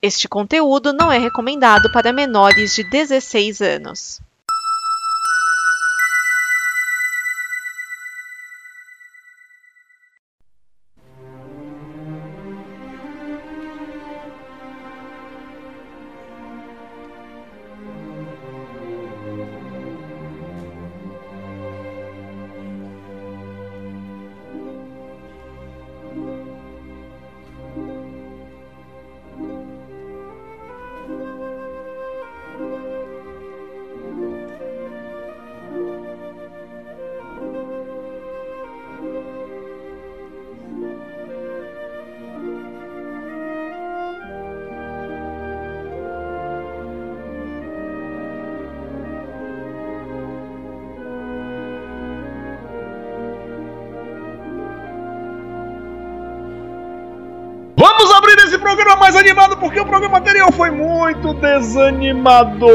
Este conteúdo não é recomendado para menores de 16 anos. Vamos abrir esse programa mais animado porque o programa anterior foi muito desanimado.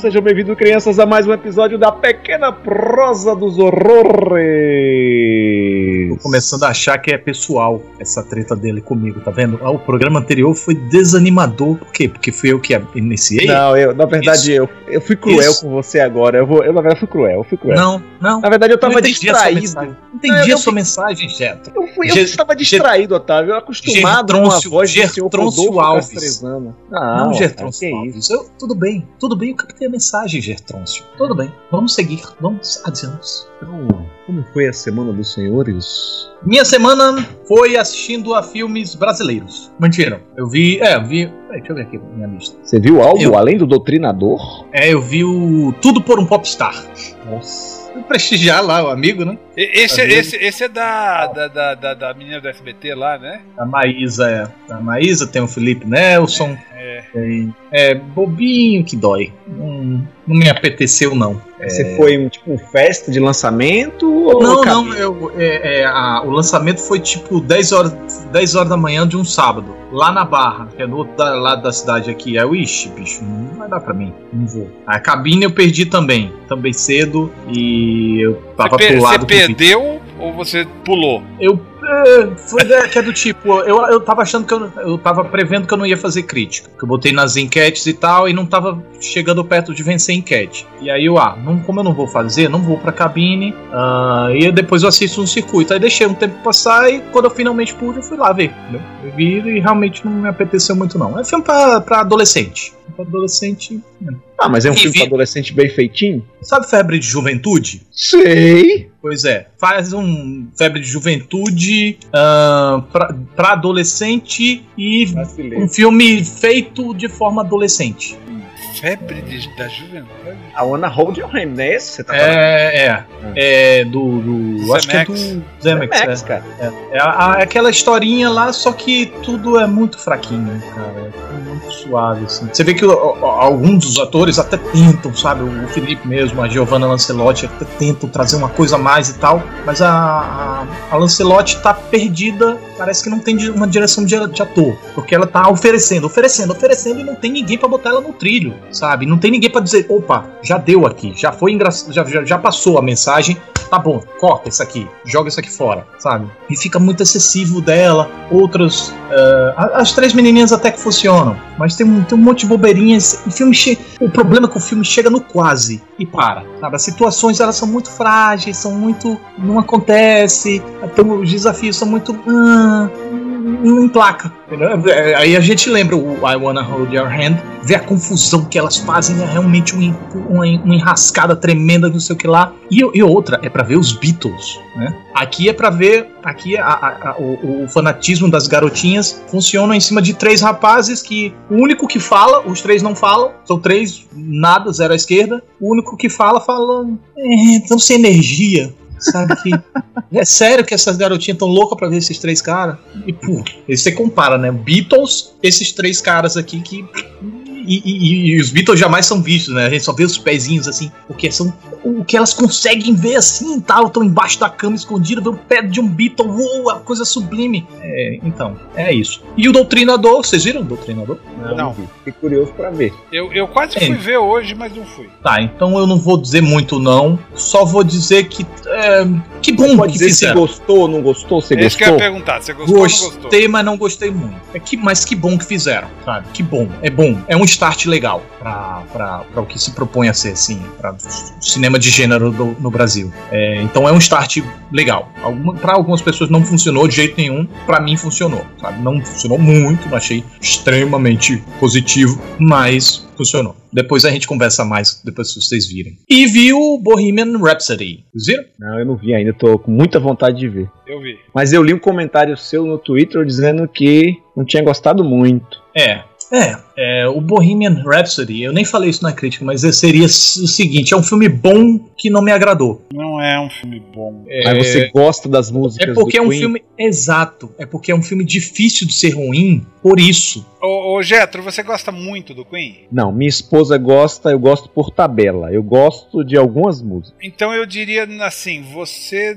Sejam bem-vindos, crianças, a mais um episódio da Pequena Prosa dos Horrores. Começando a achar que é pessoal essa treta dele comigo, tá vendo? Ah, O programa anterior foi desanimador, por quê? Porque fui eu que a- iniciei? Não, eu, na verdade, Isso. eu, eu fui cruel Isso. com você agora. Eu, vou, eu, na verdade, fui cruel, eu fui cruel. não. não. Na verdade, eu tava entendi a sua distraído. mensagem. Entendi eu a sua mensagem, Getro. Eu, fui, eu Ge- tava distraído, Otávio. Eu acostumado Gertrôncio- com a voz do senhor Gertrôncio Rodolfo Alves. Castrezana. Não, Otávio, Gertrôncio. é, que Alves. isso. Eu- tudo bem, tudo bem, eu captei a mensagem, Gertrôncio. Tudo bem, vamos seguir, vamos adiante. Então, como foi a semana dos senhores? Minha semana foi assistindo a filmes brasileiros. Mentira, eu vi. É, eu vi. Peraí, deixa eu ver aqui minha lista. Você viu algo Eu- além do Doutrinador? É, eu vi o Tudo por um Popstar. Nossa. prestigiar lá o amigo, né? E- Esse, Às vezes- esse, esse é da, da, da, da, da menina do SBT lá, né? A Maísa, é. A Maísa tem o Felipe Nelson. É. Tem, é bobinho que dói. Não, não me apeteceu, não. Você foi um tipo um festa de lançamento? ou Não, cabe- não, eu, é, é, a- o lançamento foi tipo 10 horas, 10 horas da manhã de um sábado, lá na Barra, que é do outro da- lado da cidade aqui. Aí eu, ixi, bicho, não vai dar pra mim, não vou. A cabine eu perdi também, também cedo, e eu tava Você, per- pro você lado do vídeo. perdeu ou você pulou? Eu. É, foi da- que é do tipo, eu, eu tava achando que eu, eu tava prevendo que eu não ia fazer crítica. Que eu botei nas enquetes e tal, e não tava chegando perto de vencer a enquete. E aí eu, ah, não, como eu não vou fazer, não vou pra cabine. ah, e depois eu assisto um circuito. Aí deixei um tempo passar e quando eu finalmente pude, eu fui lá ver. entendeu? Eu vi e realmente não me apeteceu muito, não. É filme pra, pra adolescente. Pra adolescente. Ah, mas é um E filme vi- pra adolescente bem feitinho? Sabe febre de juventude? Sei. Pois é, faz um febre de juventude ah, pra, pra adolescente e um filme feito de forma adolescente. Febre de- da juventude. A Ana Holdenheim, não é esse? que Você tá falando? É, é, é do, do acho que é do Zemeckis. Zemeckis, É Max, cara. é. É a- é aquela historinha lá, só que tudo é muito fraquinho, cara, é tudo muito suave assim. Você vê que ó, ó, alguns dos atores até tentam, sabe, o Felipe mesmo, a Giovanna Lancelotti até tentam trazer uma coisa a mais e tal, mas a, a, a Lancelotti tá perdida, parece que não tem di- uma direção de, de ator, porque ela tá oferecendo, oferecendo, oferecendo e não tem ninguém pra botar ela no trilho, sabe? Não tem ninguém pra dizer, opa, já deu aqui, já foi engraçado, já, já, já passou a mensagem, tá bom, corta isso aqui, joga isso aqui fora, sabe? E fica muito excessivo dela, outras. eh, a- as três menininhas até que funcionam, mas tem um, tem um monte de bobeirinhas. O, filme che- o problema é que o filme chega no quase e para, sabe? As situações elas são muito frágeis, são muito. não acontece, então, os desafios são muito. ah, não emplaca. entendeu? É, Aí a gente lembra o I Wanna Hold Your Hand, vê a confusão que elas fazem, é realmente um en- uma, en- uma enrascada tremenda, não sei o que lá. E, e outra, é pra ver os Beatles, né? Aqui é pra ver, aqui a- a- a- o, o fanatismo das garotinhas funciona em cima de três rapazes que o único que fala, os três não falam, são três nada, zero à esquerda, o único que fala, fala, é, tão sem energia, sabe que... É sério que essas garotinhas tão loucas pra ver esses três caras? E, pô, aí você compara, né? Beatles, esses três caras aqui que. E, e- e os Beatles jamais são vistos, né? A gente só vê os pezinhos assim, porque são o que elas conseguem ver assim e tal, estão embaixo da cama escondida, vê o pé de um Beatle, uou, a coisa sublime. É, então, é isso. E o Doutrinador, vocês viram o Doutrinador? Vamos Não. ver. Fiquei curioso pra ver. Eu, eu quase Sim. fui ver hoje, mas não fui. Tá, então eu não vou dizer muito não, só vou dizer que é, que bom Pode que dizer se fizeram. gostou ou não gostou, você É isso que eu gostou? ia perguntar. Você gostou ou não gostou? Gostei, mas não gostei muito. É que, mas que bom que fizeram, sabe? Que bom, é bom. É um start legal pra, pra, pra o que se propõe a ser, assim, pra cinema de gênero do- no Brasil. É, então é um start legal. Alguma, pra algumas pessoas não funcionou de jeito nenhum, pra mim funcionou, sabe? Não funcionou muito, não achei extremamente positivo, mas funcionou. Depois a gente conversa mais, depois se vocês virem. E vi o Bohemian Rhapsody. Vocês viram? Não, eu não vi ainda, tô com muita vontade de ver. Eu vi. Mas eu li um comentário seu no Twitter dizendo que não tinha gostado muito. É. É, é, o Bohemian Rhapsody, eu nem falei isso na crítica, mas seria s- o seguinte: é um filme bom que não me agradou. Não é um filme bom. Aí você gosta das músicas É porque é do um Queen? filme. Exato, é porque é um filme difícil de ser ruim, por isso. Ô, ô Getro, você gosta muito do Queen? Não, minha esposa gosta, eu gosto por tabela. Eu gosto de algumas músicas. Então eu diria assim, você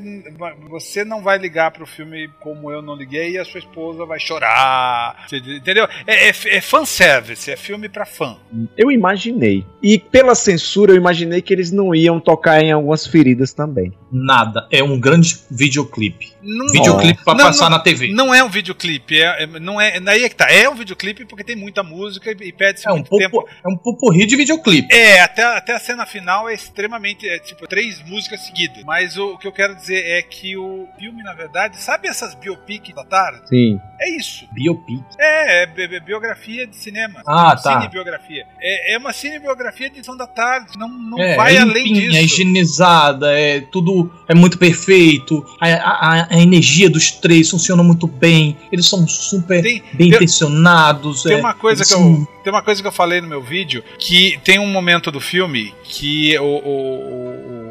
você não vai ligar pro filme como eu não liguei e a sua esposa vai chorar, você- entendeu? É, é, é fanservice, é filme pra fã. Eu imaginei. E pela censura, eu imaginei que eles não iam tocar em algumas feridas também. Nada, é um grande videoclipe. Não, Videoclipe pra Não, passar na TV. não é um videoclipe, é, é- não é, aí é que tá, é um videoclipe porque tem muita música e, e perde-se é, um muito tempo. popo, é um poporri de videoclipe. É, até, até a cena final é extremamente. É, tipo, três músicas seguidas. Mas o, o que eu quero dizer é que o filme, na verdade, sabe essas biopic da tarde? Sim. É isso. Biopic. É, é bi- bi- biografia de cinema. Ah, tá. Cinebiografia. É, é uma cinebiografia de edição da tarde. Não, não É, vai é além limpinha, É disso. higienizada, é tudo é muito perfeito. A, a- a energia dos três funciona muito bem. Eles são super Tem- bem tem- intencionados. Tem é, uma, coisa eles que são- eu, tem uma coisa que eu falei no meu vídeo que tem um momento do filme que o, o-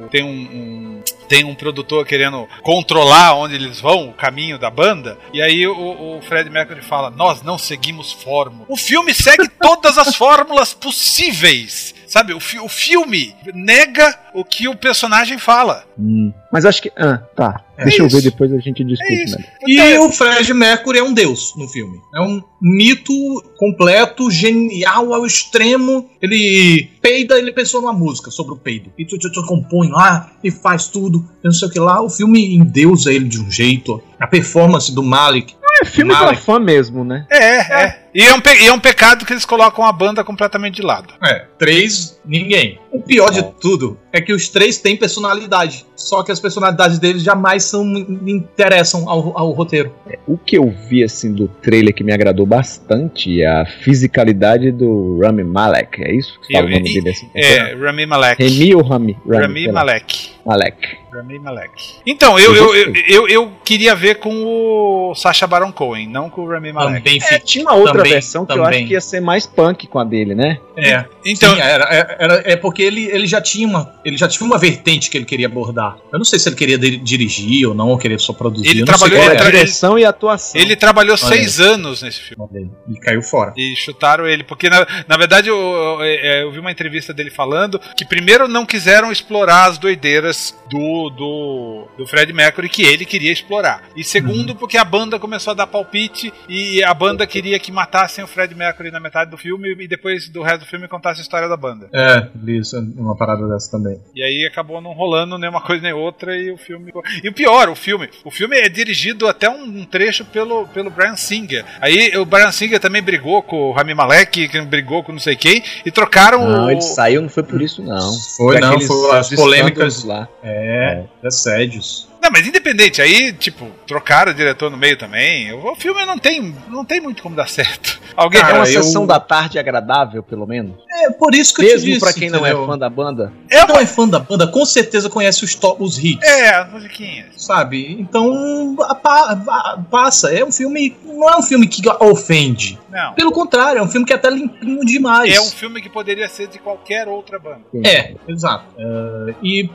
o- o- tem um, um- tem um produtor querendo controlar onde eles vão, o caminho da banda, e aí o, o Fred Mercury fala: Nós não seguimos fórmula. O filme segue todas as fórmulas possíveis. Sabe, o, fi- o filme nega o que o personagem fala. Hum. Mas acho que. Ah, tá. É Deixa eu ver, isso. depois a gente É discute. isso. né? E o Fred Mercury é um deus no filme. É um mito completo, genial ao extremo. Ele peida, ele pensou numa música sobre o peido. E tu, tu, tu compõe lá e faz tudo. Eu não sei o que lá. O filme endeusa ele de um jeito. A performance do Malik É filme Mala. pra fã mesmo, né? É, é. E é um, pe- e é um pecado que eles colocam a banda completamente de lado. É, três, ninguém. O pior de tudo é que os três têm personalidade. Só que as personalidades deles jamais são interessam ao, ao roteiro. O que eu vi assim do trailer que me agradou bastante é a fisicalidade do Rami Malek. É isso que fala Eu- o nome e- dele assim? É, Rami Malek. Remi ou Rami? Rami sei lá. Malek. Malek. Rami Malek. Então, eu, eu, eu, eu, eu queria ver com o Sacha Baron Cohen, não com o Rami Ah, Malek. Também É, fica. tinha uma outra Também, versão que eu também. acho que ia ser mais punk com a dele, né? É, Então, sim, era, era- era- é porque ele, ele já tinha uma ele já tinha uma vertente que ele queria abordar. Eu não sei se ele queria di- dirigir ou não, ou queria só produzir. Ele eu não sei trabalhou- qual Era ele a era. tra- é direção e a atuação. ele trabalhou Olha seis anos nesse filme. E caiu fora. E chutaram ele, porque na, na verdade eu, eu- é, eu vi uma entrevista dele falando que primeiro não quiseram explorar as doideiras do, do, do Fred Mercury que ele queria explorar. E segundo, Uhum. porque a banda começou a dar palpite e a banda queria que matassem o Fred Mercury na metade do filme e depois do resto do filme contasse a história da banda. É, li isso, uma parada dessa também. E aí acabou não rolando nem uma coisa nem outra e o filme. ficou- E o pior, o filme. O filme é dirigido até um um trecho pelo, pelo Brian Singer. Aí o Brian Singer também brigou com o Rami Malek, que brigou com não sei quem, e trocaram Não, o. ele saiu, não foi por isso, não. tá Foi, não, aqueles- foi as os polêmicas. escândalos lá. É, assédios. Não, mas independente, aí, tipo, trocaram o diretor no meio também. O o filme não tem, não tem muito como dar certo. Alguém. É Cara, uma eu- sessão da tarde agradável, pelo menos. É, por isso que eu te Mesmo disse. pra quem não é entendeu? fã da banda. É, Não é fã da banda, com certeza conhece os, to- os hits. é, as musiquinhas. sabe? Então a pa- a- passa. É um filme, não é um filme que ofende. Não. Pelo contrário, é um filme que é até limpinho demais. É um filme que poderia ser de qualquer outra banda. É, exato. É, e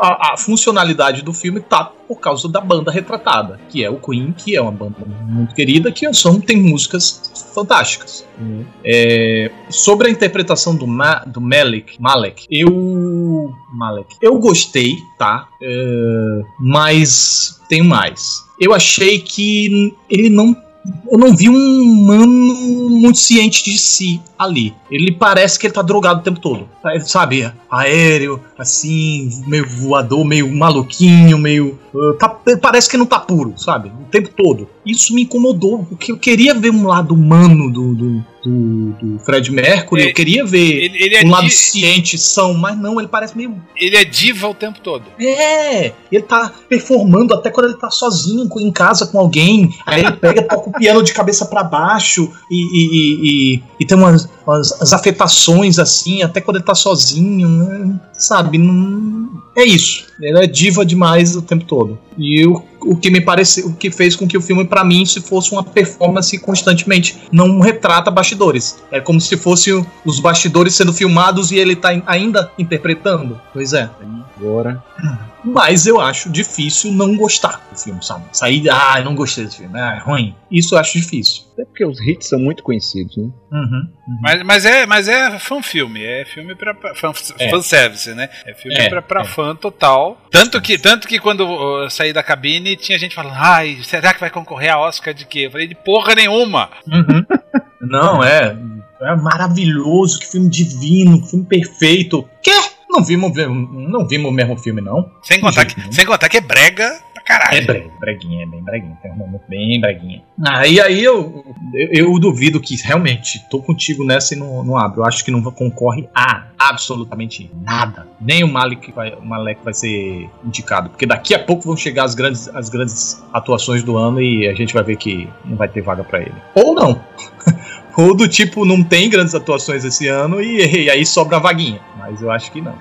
a, a funcionalidade do filme tá por causa da banda retratada, que é o Queen, que é uma banda muito querida, que são, tem músicas fantásticas. É, sobre a interpretação do, Ma, do Malek, Malek, eu. Malek, eu gostei, tá? É, mas tem mais. Eu achei que ele não eu não vi um humano muito ciente de si ali. Ele parece que ele tá drogado o tempo todo. Tá, Ele, sabe, aéreo, assim, meio voador, meio maluquinho, meio. uh, tá- parece que não tá puro, sabe? O tempo todo. Isso me incomodou, porque eu queria ver um lado humano do, do, do- do Fred Mercury, Ele- eu queria ver Ele, É, ele é um lado di- ciente, são, mas não, ele parece meio ele é diva o tempo todo. é, ele tá performando até quando ele tá sozinho em casa com alguém. Aí ele pega, toca o piano de cabeça pra baixo e, e, e- e- e tem umas, umas- umas afetações assim, até quando ele tá sozinho, né? sabe? não- É isso. Ele é diva demais o tempo todo. E o, o que me parece, o que fez com que o filme pra mim se fosse uma performance constantemente, não retrata bastidores. É como se fosse o- os bastidores sendo filmados e ele tá in- ainda interpretando. Pois é. Agora. Mas eu acho difícil não gostar do filme, sabe? Sair, ah, eu não gostei desse filme, ah, é ruim. Isso eu acho difícil. Até porque os hits são muito conhecidos, né? Uhum. Mas, mas é, mas é fan filme, é filme pra, pra fan, É. fanservice, né? É filme É, pra, pra é. fã total. Tanto que, tanto que quando eu saí da cabine tinha gente falando, ai, será que vai concorrer a Oscar de quê? Eu falei, de porra nenhuma. Uhum. Não, é. É maravilhoso, que filme divino, que filme perfeito. Quê? Não vimos, não vimos o mesmo filme, não. Sem contar, jeito nenhum. que, sem contar que é brega pra Uhum. É caralho. brega, breguinha, é bem breguinha. Tem um momento bem breguinha. Ah, e aí eu, eu, eu duvido que realmente tô contigo nessa e não, não abro. Eu acho que não concorre a absolutamente nada. Nem o Malik vai, o Malek vai ser indicado. Porque daqui a pouco vão chegar as grandes, as grandes atuações do ano e a gente vai ver que não vai ter vaga pra ele. Ou não. Ou do tipo, não tem grandes atuações esse ano e, e aí sobra a vaguinha. Mas eu acho que não.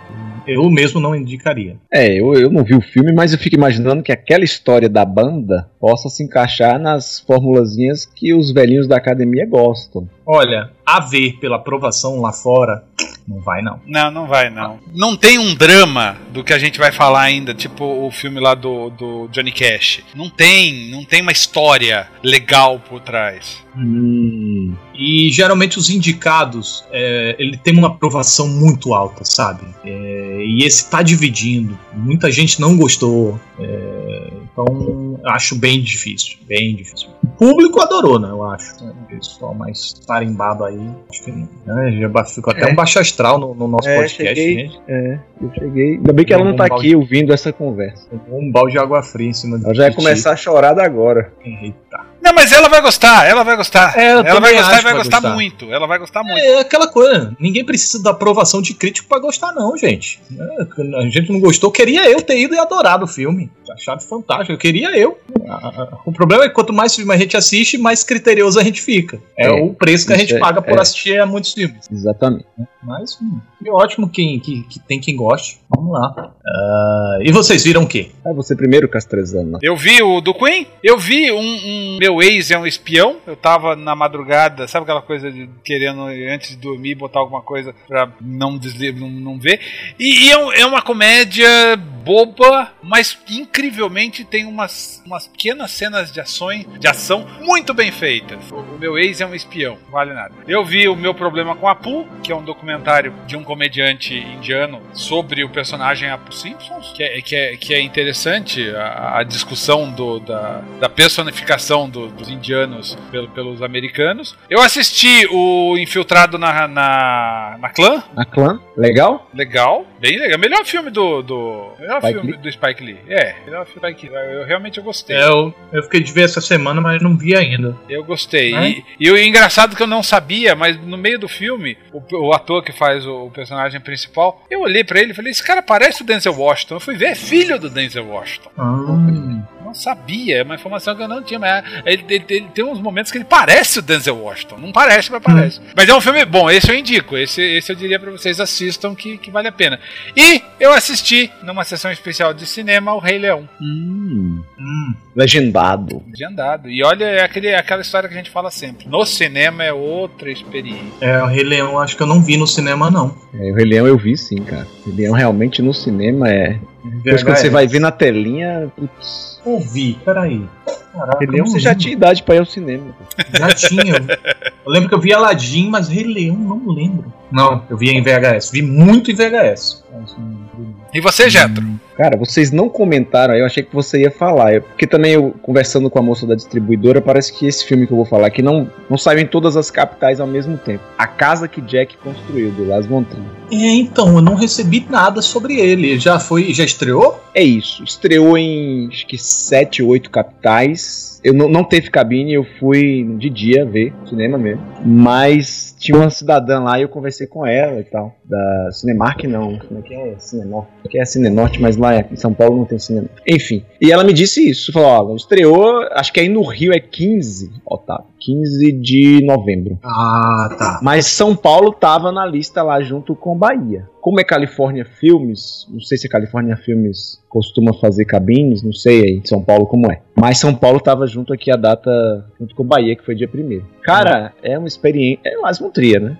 Eu mesmo não indicaria. É, eu, eu não vi o filme, mas eu fico imaginando que aquela história da banda possa se encaixar nas formulazinhas que os velhinhos da academia gostam. Olha, a ver pela aprovação lá fora, não vai não. Não, não vai, não. Não tem um drama do que a gente vai falar ainda, tipo o filme lá do, do Johnny Cash. Não tem, não tem uma história legal por trás. Hum. E geralmente os indicados, é, ele tem uma aprovação muito alta, sabe? É, e esse tá dividindo. Muita gente não gostou. é, então, acho bem difícil, bem difícil. O público adorou, né? Eu acho. O pessoal mais tarimbado aí, acho que não. né, já ba- ficou até É. um baixo astral no, no nosso É, podcast, né? cheguei. gente. É, eu cheguei. Ainda bem que ela não tá aqui ouvindo essa conversa. Um balde de água fria em cima do Ela já ia Titi. começar a chorar da agora. Eita. Não, mas ela vai gostar, ela vai gostar. É, eu ela vai também gostar acho e vai que vai gostar, gostar. muito. Ela vai gostar muito. É aquela coisa, ninguém precisa da aprovação de crítico pra gostar, não, gente. É, A gente não gostou, queria eu ter ido e adorado o filme. Achado fantástico, eu queria eu. A- a- O problema é que quanto mais filme a gente assiste, mais criterioso a gente fica. É, É, o preço que a isso gente é- paga por é. assistir a muitos filmes. Exatamente. Mas, hum, que ótimo quem, que, que tem quem goste. Vamos lá. Ah, e vocês viram o quê? Ah, você primeiro, Castrezana. Eu vi o do Queen, eu vi um, um- Meu ex é um espião. Eu tava na madrugada, sabe aquela coisa de querendo, antes de dormir, botar alguma coisa pra não, desli- não, não ver. E, e é, um- é uma comédia é boba, mas incrivelmente tem umas, umas pequenas cenas de, ações, de ação muito bem feitas. O, o meu ex é um espião, vale nada. Eu vi o Meu Problema com Apu, que é um documentário de um comediante indiano sobre o personagem Apu Simpsons, que é, que é, que é interessante a, a discussão do, da, da personificação do- dos indianos pelo- pelos americanos. Eu assisti o Infiltrado na, na, na Clã, A clã? Legal? Legal, bem legal. Melhor filme do. do melhor Spike filme Lee? É. do Spike Lee. É, melhor filme do Spike Lee. Eu, eu realmente eu gostei. É, Eu, eu fiquei de ver essa semana, mas não vi ainda. Eu gostei. Né? É? E, e o engraçado é que eu não sabia, mas no meio do filme, o, o ator que faz o, o personagem principal, eu olhei pra ele e falei: esse cara parece o Denzel Washington. Eu fui ver, é filho do Denzel Washington. Ah. Não sabia, é uma informação que eu não tinha, mas é, ele, ele- ele tem uns momentos que ele parece o Denzel Washington. Não parece, mas parece. Mas é um filme bom, esse eu indico. Esse, esse eu diria pra vocês assistam que, que vale a pena. E eu assisti, numa sessão especial de cinema, o Rei Leão. Hum. Hum. Legendado. De andado. E olha, é aquele, é aquela história que a gente fala sempre. No cinema é outra experiência. É, o Rei Leão acho que eu não vi no cinema, não. É, o Rei Leão eu vi sim, cara. O Rei Leão realmente no cinema é. Depois quando você vai ver na telinha, putz. Ouvi, peraí. Caraca, Rei Leão é não você já lembro. tinha idade pra ir ao cinema. Já tinha. Eu lembro que eu vi Aladdin, mas Rei Leão não lembro. Não, eu vi em VHS. Vi muito em VHS. Mas não vi, não. E você, Jetro? Cara, vocês não comentaram, aí eu achei que você ia falar. Eu- porque também eu, conversando com a moça da distribuidora, parece que esse filme que eu vou falar aqui não, não saiu em todas as capitais ao mesmo tempo. A casa que Jack construiu, do Las Montrias. É, então, eu não recebi nada sobre ele. Já foi, já estreou? É isso. Estreou em acho que 7, 8 capitais. Eu não, não teve cabine, eu fui de dia ver, cinema mesmo. Mas tinha uma cidadã lá e eu conversei com ela e tal. Da Cinemark não. Como é que é? Cinenorte. Que é Cinenorte, mas lá em São Paulo não tem cinema. Enfim. E ela me disse isso. Falou, ó, estreou, acho que aí no Rio é 15, Otávio. 15 de novembro. Ah, tá. Mas São Paulo tava na lista lá junto com Bahia. Como é Califórnia Filmes, não sei se a Califórnia Filmes costuma fazer cabines, não sei aí em São Paulo como é. Mas São Paulo tava junto aqui a data junto com Bahia, que foi dia 1 Cara, é uma experiência. É mais um tria, né?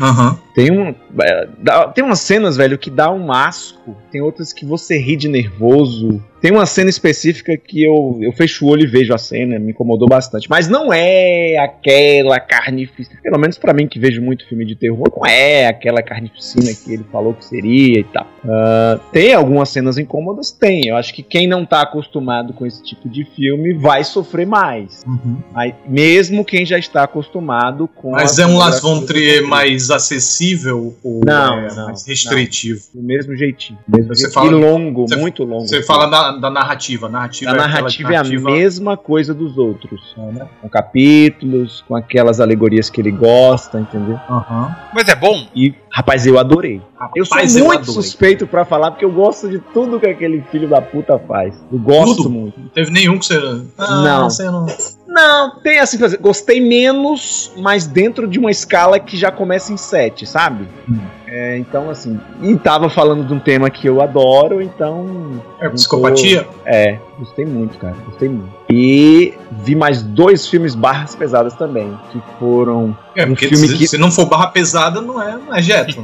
Aham. Tem, um, é, dá- tem umas cenas, velho, que dá um asco. Tem outras que você ri de nervoso. Tem uma cena específica que eu, eu fecho o olho e vejo a cena, me incomodou bastante. Mas não é aquela carnificina. Pelo menos pra mim que vejo muito filme de terror, não é aquela carnificina que ele falou que seria e tal. Ah, tem algumas cenas incômodas? Tem. Eu acho que quem não tá acostumado com esse tipo de filme vai sofrer mais. Uhum. Aí, mesmo quem já está acostumado com. Mas a é um Las von fotografia- Trier mais acessível ou Não, é, não, mais restritivo? do mesmo jeitinho. do mesmo Você jeito. fala- e longo, você- muito longo. Você fala da, da narrativa. A narrativa a é aquela narrativa é a narrativa- mesma coisa dos outros. É, né? Com capítulos, com aquelas alegorias que ele gosta, entendeu? Aham. Mas é bom? E, rapaz, eu adorei. Eu sou Rapaz, é muito adorei. suspeito pra falar, porque eu gosto de tudo que aquele filho da puta faz. Eu gosto Tudo? muito. Não teve nenhum que você. Ah, Não. Você não... Não, tem assim, fazer. gostei menos, mas dentro de uma escala que já começa em 7, sabe? Hum. É, então, assim. E tava falando de um tema que eu adoro, então É psicopatia? É, gostei muito, cara, gostei muito. E vi mais dois filmes barras pesadas também, que foram. É, Um porque filme se, que- se não for barra pesada, não é, não é jeto.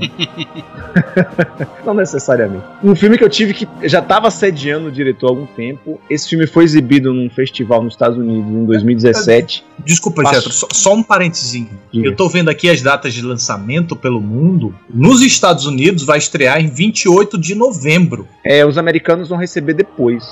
Não necessariamente. Um filme que eu tive que. Já tava sediando o diretor há algum tempo. Esse filme foi exibido num festival nos Estados Unidos em 2017. Desculpa, Passo. Getro, só, só um parentezinho. Tá Diga. Eu tô vendo aqui as datas de lançamento pelo mundo. Nos Estados Unidos vai estrear em 28 de novembro. É, os americanos vão receber depois.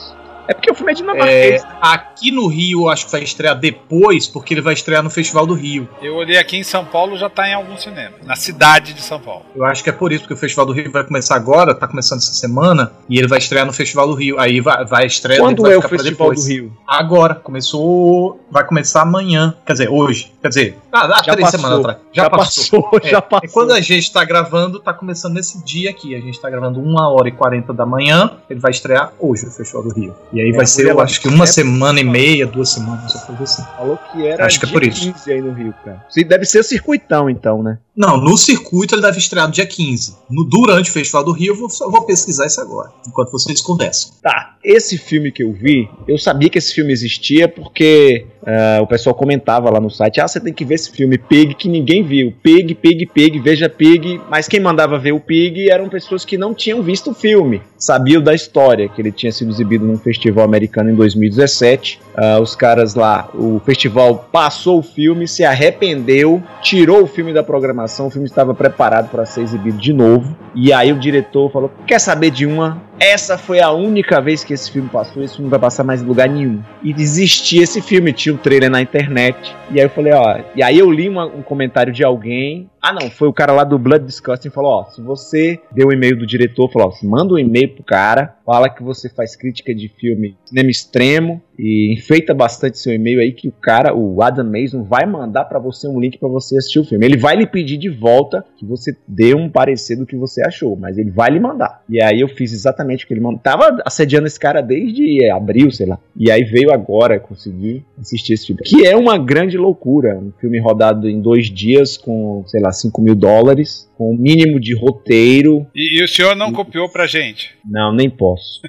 É porque o filme é É, dinamarquês. aqui no Rio, eu acho que vai estrear depois, porque ele vai estrear no Festival do Rio. Eu olhei aqui em São Paulo, já tá em algum cinema. Na cidade de São Paulo. Eu acho que é por isso, porque o Festival do Rio vai começar agora, tá começando essa semana, e ele vai estrear no Festival do Rio. Aí vai, vai estrear Quando vai é o ficar pra Festival depois. do Rio? Agora. Começou. Vai começar amanhã. Quer dizer, hoje. Quer dizer, há, há Já Ah, três passou, semanas atrás. Já, passou, É, já é passou. quando a gente tá gravando, tá começando nesse dia aqui. A gente tá gravando 1 hora e 40 da manhã. Ele vai estrear hoje o Festival do Rio. E aí É, vai ser, eu ela- acho que uma é- semana e meia, duas semanas, uma coisa assim. Falou que era Acho que é dia por isso. 15 aí no Rio, cara. Deve ser circuitão, então, né? Não, no circuito ele deve estrear no dia 15. No, durante o Festival do Rio, eu vou, eu vou pesquisar isso agora, enquanto vocês conversam. Tá, esse filme que eu vi, eu sabia que esse filme existia porque ah, o pessoal comentava lá no site: ah, você tem que ver esse filme Pig que ninguém viu. Pig, Pig, Pig, veja Pig. Mas quem mandava ver o Pig eram pessoas que não tinham visto o filme, sabiam da história, que ele tinha sido exibido num festival americano em 2017. Ah, os caras lá, o festival passou o filme, se arrependeu, tirou o filme da programação, o filme estava preparado para ser exibido de novo. E aí o diretor falou: quer saber de uma? Essa foi a única vez que esse filme passou, esse filme não vai passar mais em lugar nenhum. E existia esse filme, tinha o trailer na internet. E aí eu falei, ó. E aí eu li uma- um comentário de alguém. Ah, não, foi o cara lá do Blood Disgusting e falou: ó, se você deu o e-mail do diretor, falou: ó, manda um e-mail pro cara, fala que você faz crítica de filme cinema extremo e enfeita bastante seu e-mail aí que o cara, o Adam Mason, vai mandar pra você um link pra você assistir o filme. Ele vai lhe pedir de volta que você dê um parecer do que você achou, mas ele vai lhe mandar. E aí eu fiz exatamente o que ele mandou. Tava assediando esse cara desde é, abril, sei lá. E aí veio agora conseguir assistir esse filme. Que é uma grande loucura. Um filme rodado em dois dias com, sei lá, 5 mil dólares, com o mínimo de roteiro. E, e o senhor não copiou pra gente. Não, nem posso.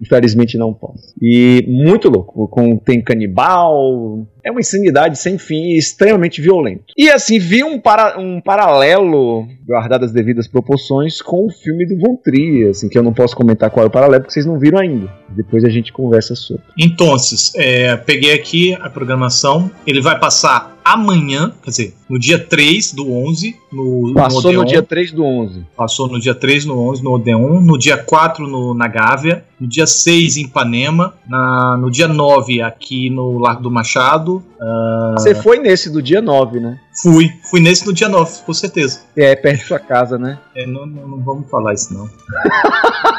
Infelizmente não posso. E muito louco. Com, tem canibal. É uma insanidade sem fim e extremamente violento. E assim, vi um, para, um paralelo, guardado as devidas proporções, com o filme do Von Trier, assim, que eu não posso comentar qual é o paralelo, porque vocês não viram ainda. Depois a gente conversa sobre. Então, é, peguei aqui a programação. Ele vai passar amanhã, quer dizer, no dia 3 do 11, no, Passou Odeon. no dia 3 do 11. Passou no dia 3 no 11 no Odeon, no dia 4 no, na Gávea, no dia 6 em Ipanema, na, no dia 9 aqui no Largo do Machado. Você foi nesse do dia 9, né? Fui, fui nesse no dia 9, com certeza. É, perto de sua casa, né? É, não, não, não vamos falar isso não.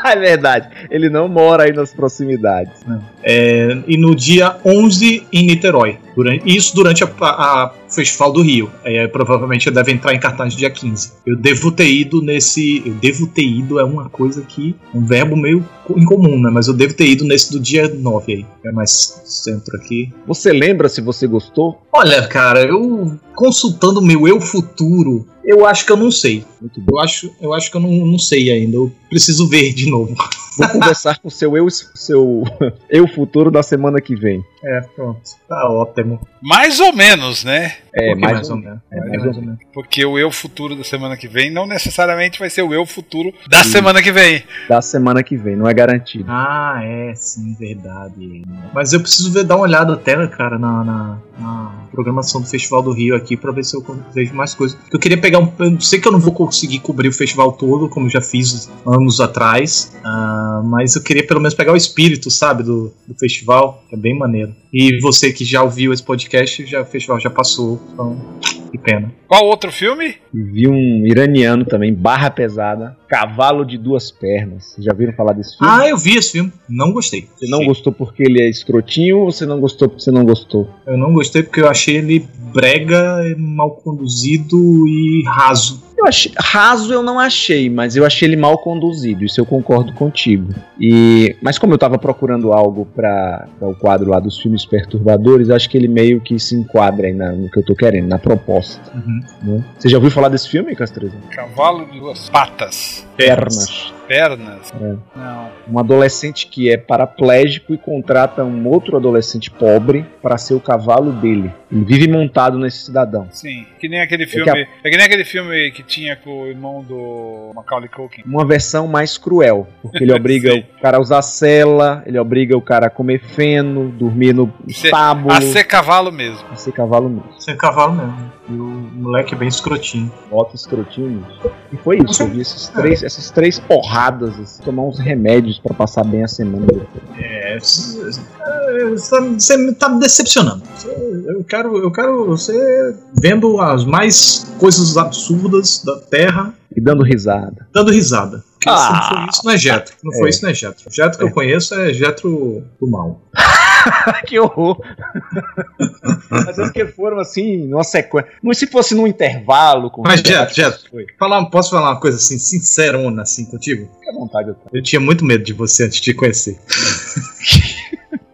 é verdade. Ele não mora aí nas proximidades. É, e no dia 11 em Niterói. Durante- isso durante a, a- a Festival do Rio. É, provavelmente eu deve entrar em cartaz no dia 15. Eu devo ter ido nesse. Eu devo ter ido é uma coisa que. Um verbo meio co- incomum, né? Mas eu devo ter ido nesse do dia 9 aí. É mais centro aqui. Você lembra se você gostou? Olha, cara, eu. Consultando meu eu futuro, eu acho que eu não sei. Muito bom. Eu acho, eu acho que eu não, não sei ainda. Eu preciso ver de novo. Vou conversar com seu eu, seu eu futuro da semana que vem. É, pronto. Tá ótimo. um, Mais ou menos, né? É, Porque mais, ou menos. menos. mais ou menos. Porque o eu futuro da semana que vem não necessariamente vai ser o eu futuro da semana que vem. Da semana que vem, não é garantido. Ah, é, sim, verdade. Mas eu preciso ver, dar uma olhada até, cara, na, na- na programação do Festival do Rio aqui pra ver se eu con- vejo mais coisas. Eu queria pegar um. Eu sei que eu não vou conseguir cobrir o festival todo, como eu já fiz anos atrás. ah, mas eu queria pelo menos pegar o espírito, sabe, do, do festival. que É bem maneiro. E você que já ouviu esse podcast, já, o festival já passou. Então, que pena. Qual outro filme? Vi um iraniano também, barra pesada, cavalo de duas pernas. Vocês já viram falar desse filme? Ah, eu vi esse filme. Não gostei. Você não gostou porque ele é escrotinho ou você não gostou porque você não gostou? Eu não gostei porque eu achei ele brega, mal conduzido e raso. Eu achei, raso eu não achei, mas eu achei ele mal conduzido, isso eu concordo contigo. E mas como eu tava procurando algo pra pra o quadro lá dos filmes perturbadores, acho que ele meio que se enquadra aí na- no que eu tô querendo, na proposta. Uhum. né? Você já ouviu falar desse filme, Castreza? Cavalo de duas patas. É, Pernas. Pernas? É. Não. Um adolescente que é paraplégico e contrata um outro adolescente pobre pra ser o cavalo dele. Ele vive montado nesse cidadão. Sim. Que nem aquele que filme. É que nem aquele filme que tinha com o irmão do Macaulay Culkin. uma versão mais cruel, porque ele obriga Sim. o cara a usar cela, ele obriga o cara a comer feno, dormir no Ser- estábulo, A ser cavalo mesmo. a ser cavalo mesmo. Sem cavalo mesmo. E o moleque é bem escrotinho. Bota escrotinho nisso. E foi isso, eu vi esses três, essas três porradas, assim, tomar uns remédios pra passar bem a semana depois. É, você me- tá me decepcionando. Cê- Eu quero, eu quero você vendo as mais coisas absurdas da Terra, E dando risada. dando risada. Porque se não foi Ah. isso, não é Jetro. Não foi É. isso, não é Jetro. O Jetro que eu conheço é Jetro do mal. que horror! Mas é porque foram assim, numa sequência. Mas se fosse num intervalo com Mas, Jeff, Jeff. Foi. Falar, posso falar uma coisa assim, sincerona assim contigo? Fica à vontade, eu tô. Eu tinha muito medo de você antes de te conhecer.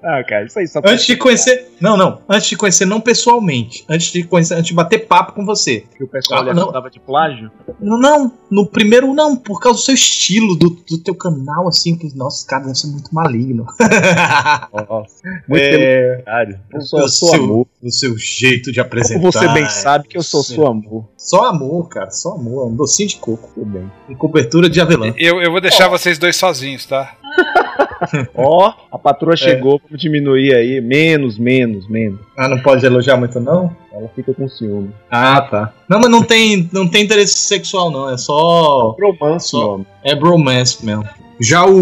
Ah, cara, isso aí só Antes de conhecer. Não, não. Antes de conhecer, não pessoalmente. Antes de conhecer, antes de bater papo com você. que o pessoal Ah, lhe não. acusava de plágio. Não, não, no primeiro não, por causa do seu estilo, do, do teu canal, assim, que, nossa, esse cara deve ser muito maligno. Nossa, muito pelo é, contrário. Eu o sou, sou seu- amor. do seu jeito de apresentar. é Como você bem sabe que eu sou Sim. seu amor. Só amor, cara, só amor, um docinho de coco, Tudo bem. e cobertura de avelã. Eu, eu vou deixar vocês dois sozinhos, tá? Ó, a É. patroa chegou, vamos diminuir aí. Menos, menos, menos. Ah, não pode elogiar muito não? Ela fica com ciúme. Ah, tá. Não, mas não tem, não tem interesse sexual não, é só Romance, Só. homem. é bromance mesmo. Já o,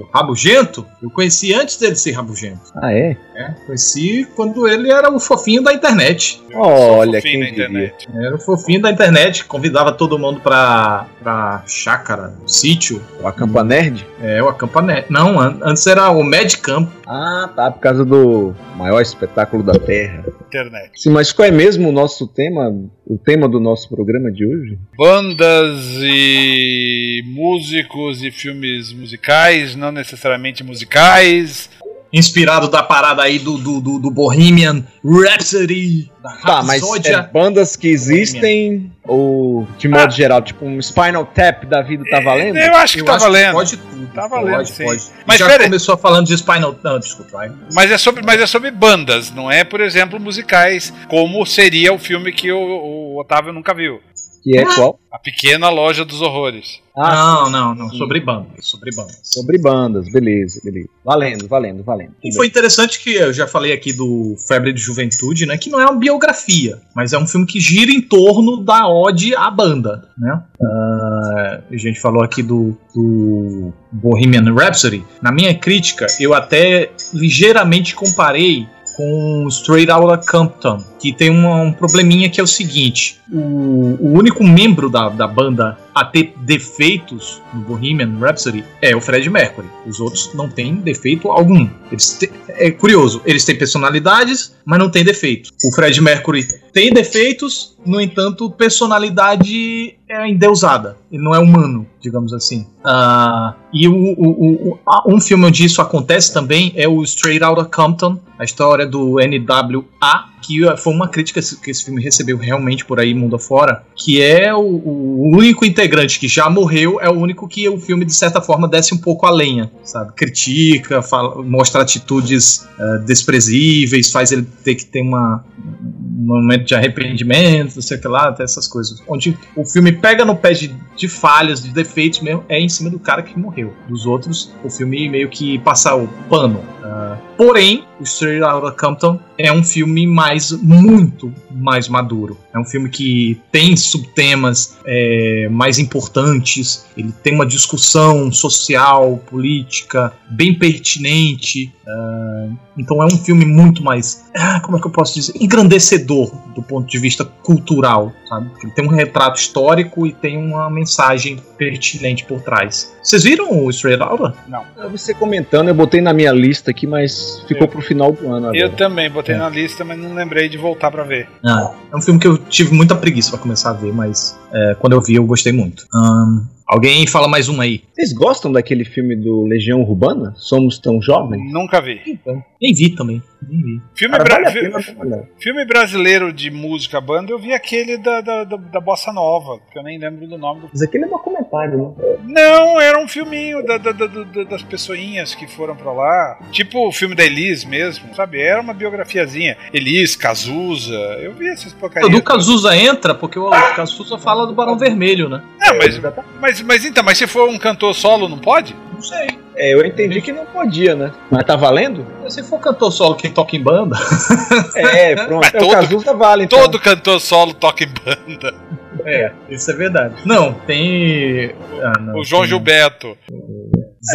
o Rabugento, eu conheci antes dele ser Rabugento. Ah, é? né? Conheci quando ele era o fofinho da internet. Olha, Sou fofinho quem na diria. internet. Era o fofinho da internet, convidava todo mundo pra, pra chácara, sítio. O Acampa Nerd? É, o acampanete. Não, an- antes era o Medicamp. Ah, tá, por causa do maior espetáculo da Terra. Internet. Sim, mas qual é mesmo o nosso tema, o tema do nosso programa de hoje? Bandas e músicos e filmes musicais, não necessariamente musicais. Inspirado da parada aí do, do, do, do Bohemian Rhapsody. Da Tá, mas é Rapsódia. bandas que existem ou de modo Ah. geral, tipo um Spinal Tap da vida tá valendo? Eu acho que Eu tá acho que valendo. Pode tudo. Tá valendo, pode, sim. pode. Mas Já pera- começou falando de Spinal. Não, desculpa. vai. Mas é, sobre, mas é sobre bandas, não é, por exemplo, musicais, como seria o filme que o, o Otávio nunca viu. Que é qual? Ah, A pequena loja dos horrores. Ah. não, não, não. Sobre bandas. Sobre bandas. Sobre bandas, beleza, beleza. Valendo, valendo, valendo. E foi interessante que eu já falei aqui do Febre de Juventude, né? Que não é uma biografia, mas é um filme que gira em torno da ode à banda, né? Ah, a gente falou aqui do, do Bohemian Rhapsody. Na minha crítica, eu até ligeiramente comparei com Straight Outta Compton, que tem um, um probleminha que é o seguinte: o, o único membro da, da banda a ter defeitos no Bohemian Rhapsody é o Fred Mercury. Os outros não têm defeito algum. Eles te- é curioso, eles têm personalidades, mas não têm defeito. O Fred Mercury tem defeitos, no entanto, personalidade é endeusada. Ele não é humano, digamos assim. Ah, e o- o- o- ah, um filme onde isso acontece também é o Straight Outta Compton, a história do NWA, que foi uma crítica que esse filme recebeu realmente por aí, mundo afora, que é o, o único integrante que já morreu, é o único que o filme, de certa forma, desce um pouco a lenha, sabe? Critica, fala- mostra atitudes eh, desprezíveis, faz ele ter que ter uma, um momento de arrependimento, não sei o que lá, até essas coisas. Onde o filme pega no pé de, de falhas, de defeitos mesmo, é em cima do cara que morreu. Dos outros, o filme meio que passa o pano. ah. porém, o Straight Outta Compton é um filme mais, muito mais maduro. É um filme que tem subtemas eh, mais importantes, ele tem uma discussão social, política, bem pertinente. ah, então é um filme muito mais ah, como é que eu posso dizer, engrandecedor do ponto de vista cultural, sabe? Porque Ele tem um retrato histórico e tem uma mensagem pertinente por trás. Vocês viram o Straight Outta? Você comentando, eu botei na minha lista aqui, mas ficou pro final do ano agora. Eu também botei É. na lista, mas não lembrei de voltar pra ver. Ah, é um filme que eu tive muita preguiça pra começar a ver, mas é, quando eu vi eu gostei muito. Ahn, alguém fala mais um aí? Vocês gostam daquele filme do Legião Urbana? Somos tão jovens? Nunca vi. Nem vi também. Nem vi. Filme, Cara, bra- vale a fi- pena olhar. filme brasileiro de música banda, eu vi aquele da, da, da, da Bossa Nova, que eu nem lembro do nome do Mas aquele é documentário, né? Não, era um filminho da- da- da- da- das pessoinhas que foram pra lá. Tipo o filme da Elis mesmo, sabe? Era uma biografiazinha. Elis, Cazuza, eu vi essas O porcarias. do Cazuza entra, porque o Cazuza fala do Barão Vermelho, né? Não, mas, tá- mas, mas então, mas se for um cantor solo, não pode? Não sei. É, eu entendi que não podia, né? Mas tá valendo? Se for cantor solo quem toca em banda, É, pronto. Mas É, o todo- Cazuza vale, então. Todo cantor solo toca em banda. é, isso é verdade. Não, tem. ah, não, O João tem- Gilberto.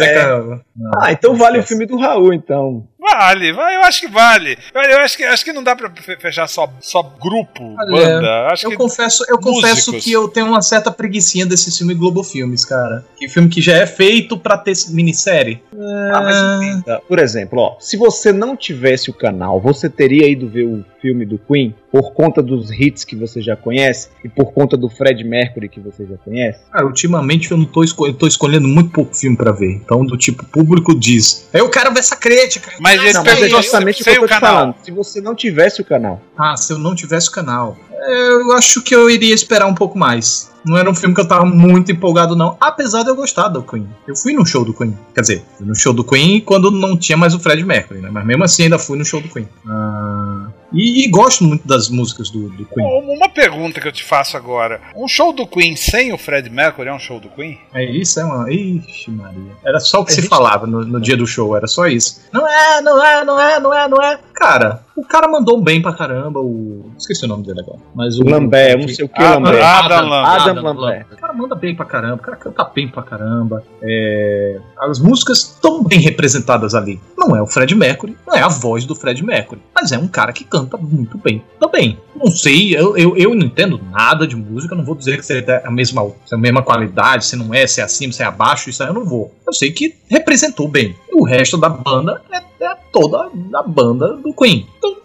Zeca. Não. Ah, então vale o filme do Raul, então. Vale, vai, eu acho que vale. Eu- Eu acho que, acho que não dá pra fe- fechar só, só grupo, Olha, banda. Acho Eu que confesso, eu confesso músicos. que eu tenho uma certa preguicinha desse filme Globo Filmes, cara. Que filme que já é feito pra ter minissérie. Ah, mas Tá. entenda. Por exemplo, ó, se você não tivesse o canal, você teria ido ver o filme do Queen por conta dos hits que você já conhece e por conta do Fred Mercury que você já conhece? Cara, ultimamente eu não tô, esco- eu tô escolhendo muito pouco filme pra ver. Então, do tipo, o público diz. Eu quero ver essa crítica. Mas ele Não, mas é perguntou justamente o que sem eu tô o te canal. falando. Se você não tivesse o canal. Ah, se eu não tivesse o canal. É, Eu acho que eu iria esperar um pouco mais. Não era um filme que eu tava muito empolgado, não. Apesar de eu gostar do Queen. Eu fui no show do Queen. Quer dizer, fui no show do Queen quando não tinha mais o Fred Mercury, né? Mas mesmo assim ainda fui no show do Queen. Ah, e, e gosto muito das músicas do, do Queen. Uma uma pergunta que eu te faço agora. Um show do Queen sem o Fred Mercury é um show do Queen? É isso, é uma. Ixi, Maria. Era só o que É se isso? falava no, no dia do show, era só isso. Não é, não é, não é, não é, não é. Cara, o cara mandou bem pra caramba. O. Esqueci o nome dele agora. Mas o. Lambé, eu não um sei o que Ah, Lambé. ah, Adam Lambert. Adam Lambert. O cara manda bem pra caramba, o cara canta bem pra caramba. É, as músicas estão bem representadas ali. Não é o Fred Mercury, não é a voz do Fred Mercury, mas é um cara que canta muito bem também. Não sei, eu, eu, eu não entendo nada de música, não vou dizer que você é a mesma, se é a mesma qualidade, se não é, se é acima, se é abaixo, isso aí eu não vou. Eu sei que representou bem. O resto da banda é, é toda a banda do Queen. Então,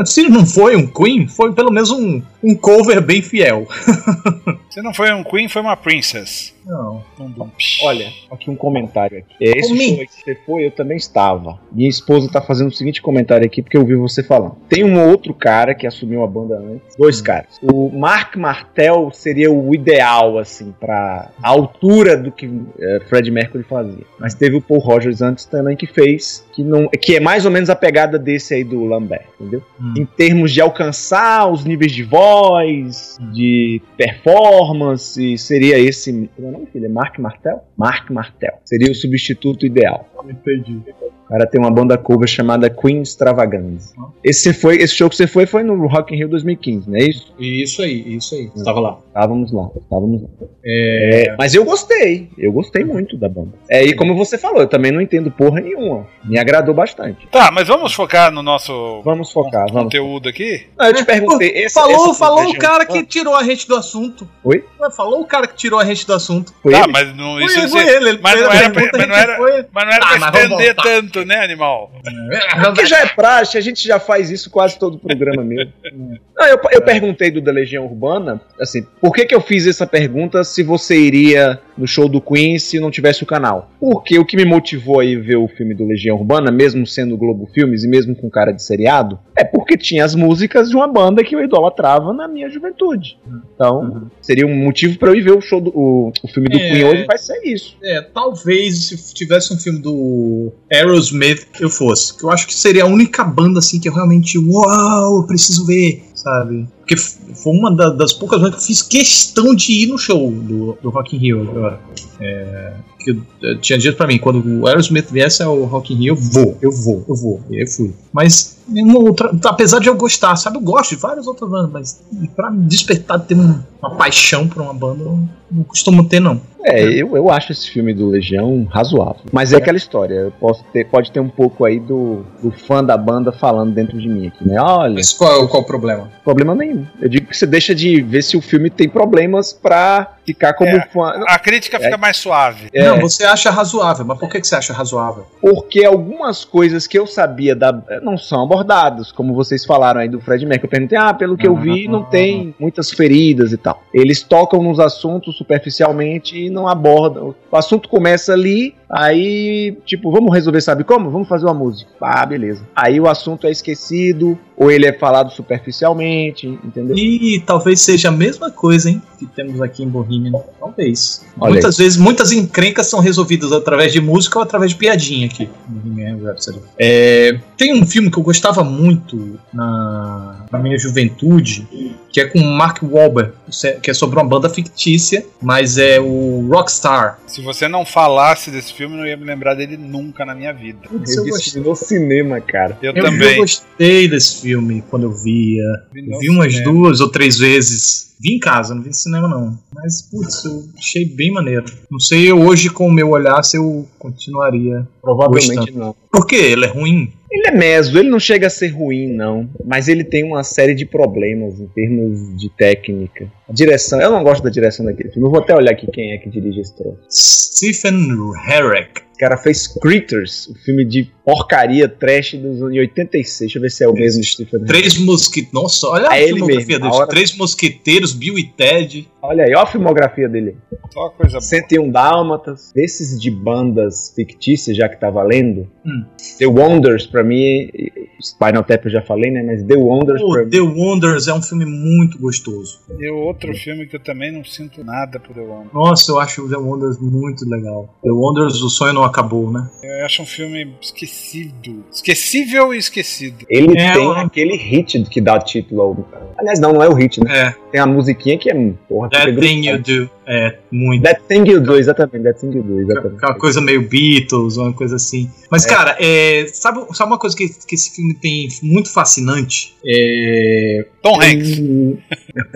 é, se não foi um Queen, foi pelo menos um, um cover bem fiel. Se não foi um Queen, foi uma Princess. Não. Dum, dum, psh. Olha, aqui um comentário aqui. É esse Comente. show aí que você foi, eu também estava. Minha esposa tá fazendo o seguinte comentário aqui, porque eu ouvi você falando. Tem um outro cara que assumiu a banda antes. Dois caras. O Mark Martel seria o ideal, assim, pra a altura do que eh, Fred Mercury fazia. Mas teve o Paul Rogers antes também que fez, que, não, que é mais ou menos a pegada desse aí do Lambert, entendeu? Hum. Em termos de alcançar os níveis de voz, de performance performance seria esse. Como é o nome, filho? É Mark Martel? Mark Martel. Seria o substituto ideal. Entendi. O cara tem uma banda cover chamada Queen Extravaganza. Uhum. Esse, foi, esse show que você foi foi no Rock in Rio 2015, não é isso? Isso aí, isso Hum. aí. Estava lá. Estávamos lá, estávamos lá. É, mas eu gostei, eu gostei Uhum. muito da banda. É, e como você falou, eu também não entendo porra nenhuma. Me agradou bastante. Tá, mas vamos focar no nosso Vamos focar, vamos. conteúdo aqui? Não, eu te perguntei. esse- falou esse Ah, falou o cerveja- é cara que tirou a gente do assunto. Oi? Ué, Falou o cara que tirou a gente do assunto. Foi tá, ele? mas não, isso Foi, você- foi ele. ele mas não fez a era pra- pergunta, mas não a gente era- foi. mas não era Ah, pra mas vamos estender voltar. tanto, né, animal? Porque já é praxe, a gente já faz isso quase todo o programa mesmo. Não, eu, eu perguntei do da Legião Urbana, assim, por que, que eu fiz essa pergunta se você iria no show do Queen se não tivesse o canal? Porque o que me motivou a ir ver o filme do Legião Urbana, mesmo sendo Globo Filmes e mesmo com cara de seriado, é porque tinha as músicas de uma banda que eu idolatrava na minha juventude. Então, seria um motivo pra eu ir ver o show do o, o filme do É. Queen hoje, vai ser isso. É, talvez se tivesse um filme do Aerosmith eu fosse. Que eu acho que seria a única banda assim que eu realmente, uau, eu preciso ver, sabe? Porque f- foi uma da- das poucas bandas que eu fiz questão de ir no show do, do Rock in Rio agora. É, que eu, eu tinha dito pra mim, quando o Aerosmith viesse ao Rock in Rio, eu vou, eu vou, eu vou. E aí eu fui. Mas nenhuma outra, apesar de eu gostar, sabe? Eu gosto de várias outras bandas, mas pra me despertar, ter um- uma paixão por uma banda, eu não costumo ter, não. É, eu, eu acho esse filme do Legião razoável. Mas é aquela história, eu posso ter, pode ter um pouco aí do, do fã da banda falando dentro de mim aqui, né? Olha, Mas qual, qual o problema? problema nenhum. Eu digo que você deixa de ver se o filme tem problemas pra ficar como É. fã. A crítica fica mais suave. É. Não, você acha razoável, mas por que, que você acha razoável? Porque algumas coisas que eu sabia da, não são abordadas, como vocês falaram aí do Fred Mercury. Eu perguntei, ah, pelo que eu vi, não tem muitas feridas e tal. Eles tocam nos assuntos superficialmente e não abordam. O assunto começa ali, aí, tipo, vamos resolver, sabe como? Vamos fazer uma música. Ah, beleza. Aí o assunto é esquecido, ou ele é falado superficialmente, entendeu? E talvez seja a mesma coisa, hein? Que temos aqui em Bohemia. Talvez. Olha muitas vezes, muitas encrencas são resolvidas através de música ou através de piadinha aqui. Bohemian Rhapsody. É, tem um filme que eu gostava muito na, na minha juventude, que é com Mark Wahlberg, que é sobre uma banda fictícia, mas é o Rockstar. Se você não falasse desse filme, eu não ia me lembrar dele nunca na minha vida. Esse eu vi gostei. no cinema, cara. Eu, Eu, eu também. gostei desse filme quando eu via. Eu vi é. umas duas ou três vezes. Vi em casa, não vi em cinema não. Mas, putz, eu achei bem maneiro. Não sei eu hoje com o meu olhar se eu continuaria. Provavelmente Gostando. não. Por quê? Ele é ruim? Ele é meso, ele não chega a ser ruim, não. Mas ele tem uma série de problemas em termos de técnica. A direção, eu não gosto da direção daquele filme. Eu vou até olhar aqui quem é que dirige esse troço. Stephen Herrick. O cara fez Critters, o filme de porcaria trash dos anos 86. Deixa eu ver se é o mesmo Stephen. King. Três mosquiteiros. Nossa, olha a É ele filmografia mesmo, dele. a hora- Três mosqueteiros, Bill e Ted. Olha aí, ó a filmografia dele. Só coisa boa. 101 Dálmatas. Desses de bandas fictícias, já que tá valendo. Hum. The Wonders, pra mim. Spinal Tap eu já falei, né? Mas The Wonders, Pô, pra mim. The Wonders é um filme muito gostoso. E o outro filme que eu também não sinto nada por eu amo. Nossa, eu acho o The Wonders muito legal. The Wonders, o sonho não acabou, né? Eu acho um filme esquecido. Esquecível e esquecido. Ele É, tem ó. aquele hit que dá título ao. Aliás, não, não é o hit, né? É, Tem a musiquinha que é. Porra, que That é Thing You Do. É, muito. That Thing You Do, exatamente. That Thing You Do, exatamente. Aquela coisa meio Beatles, uma coisa assim. Mas, cara, é, sabe, sabe uma coisa que, que esse filme tem muito fascinante? É, Tom Hanks.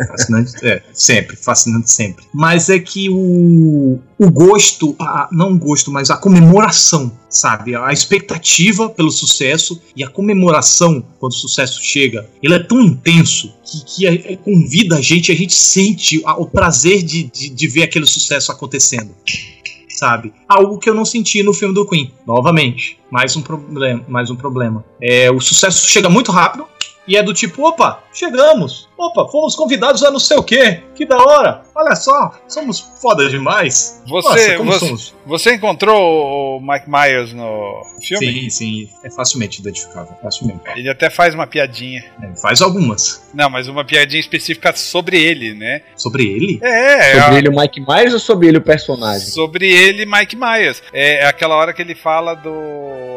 fascinante, é, sempre, fascinante sempre. Mas é que o, o gosto, a- não o gosto, mas a comemoração, sabe? A expectativa pelo sucesso e a comemoração quando o sucesso chega, ele é tão intenso que, que é- é- convida a gente, a gente sente a- o prazer de- de, de ver aquele sucesso acontecendo sabe? Algo que eu não senti no filme do Queen. Novamente, mais um problema, mais um problema. É, o sucesso chega muito rápido e é do tipo, opa, chegamos. Opa, fomos convidados a não sei o quê. Que da hora. Olha só, somos foda demais. Você, você, somos. você encontrou o Mike Myers no filme? Sim, sim, é facilmente identificável, facilmente. Ele até faz uma piadinha. É, faz algumas Não, mas uma piadinha específica sobre ele, né? sobre ele. É, é Sobre a- ele o Mike Myers ou sobre ele o personagem? sobre ele, Mike Myers. É, é aquela hora que ele fala do.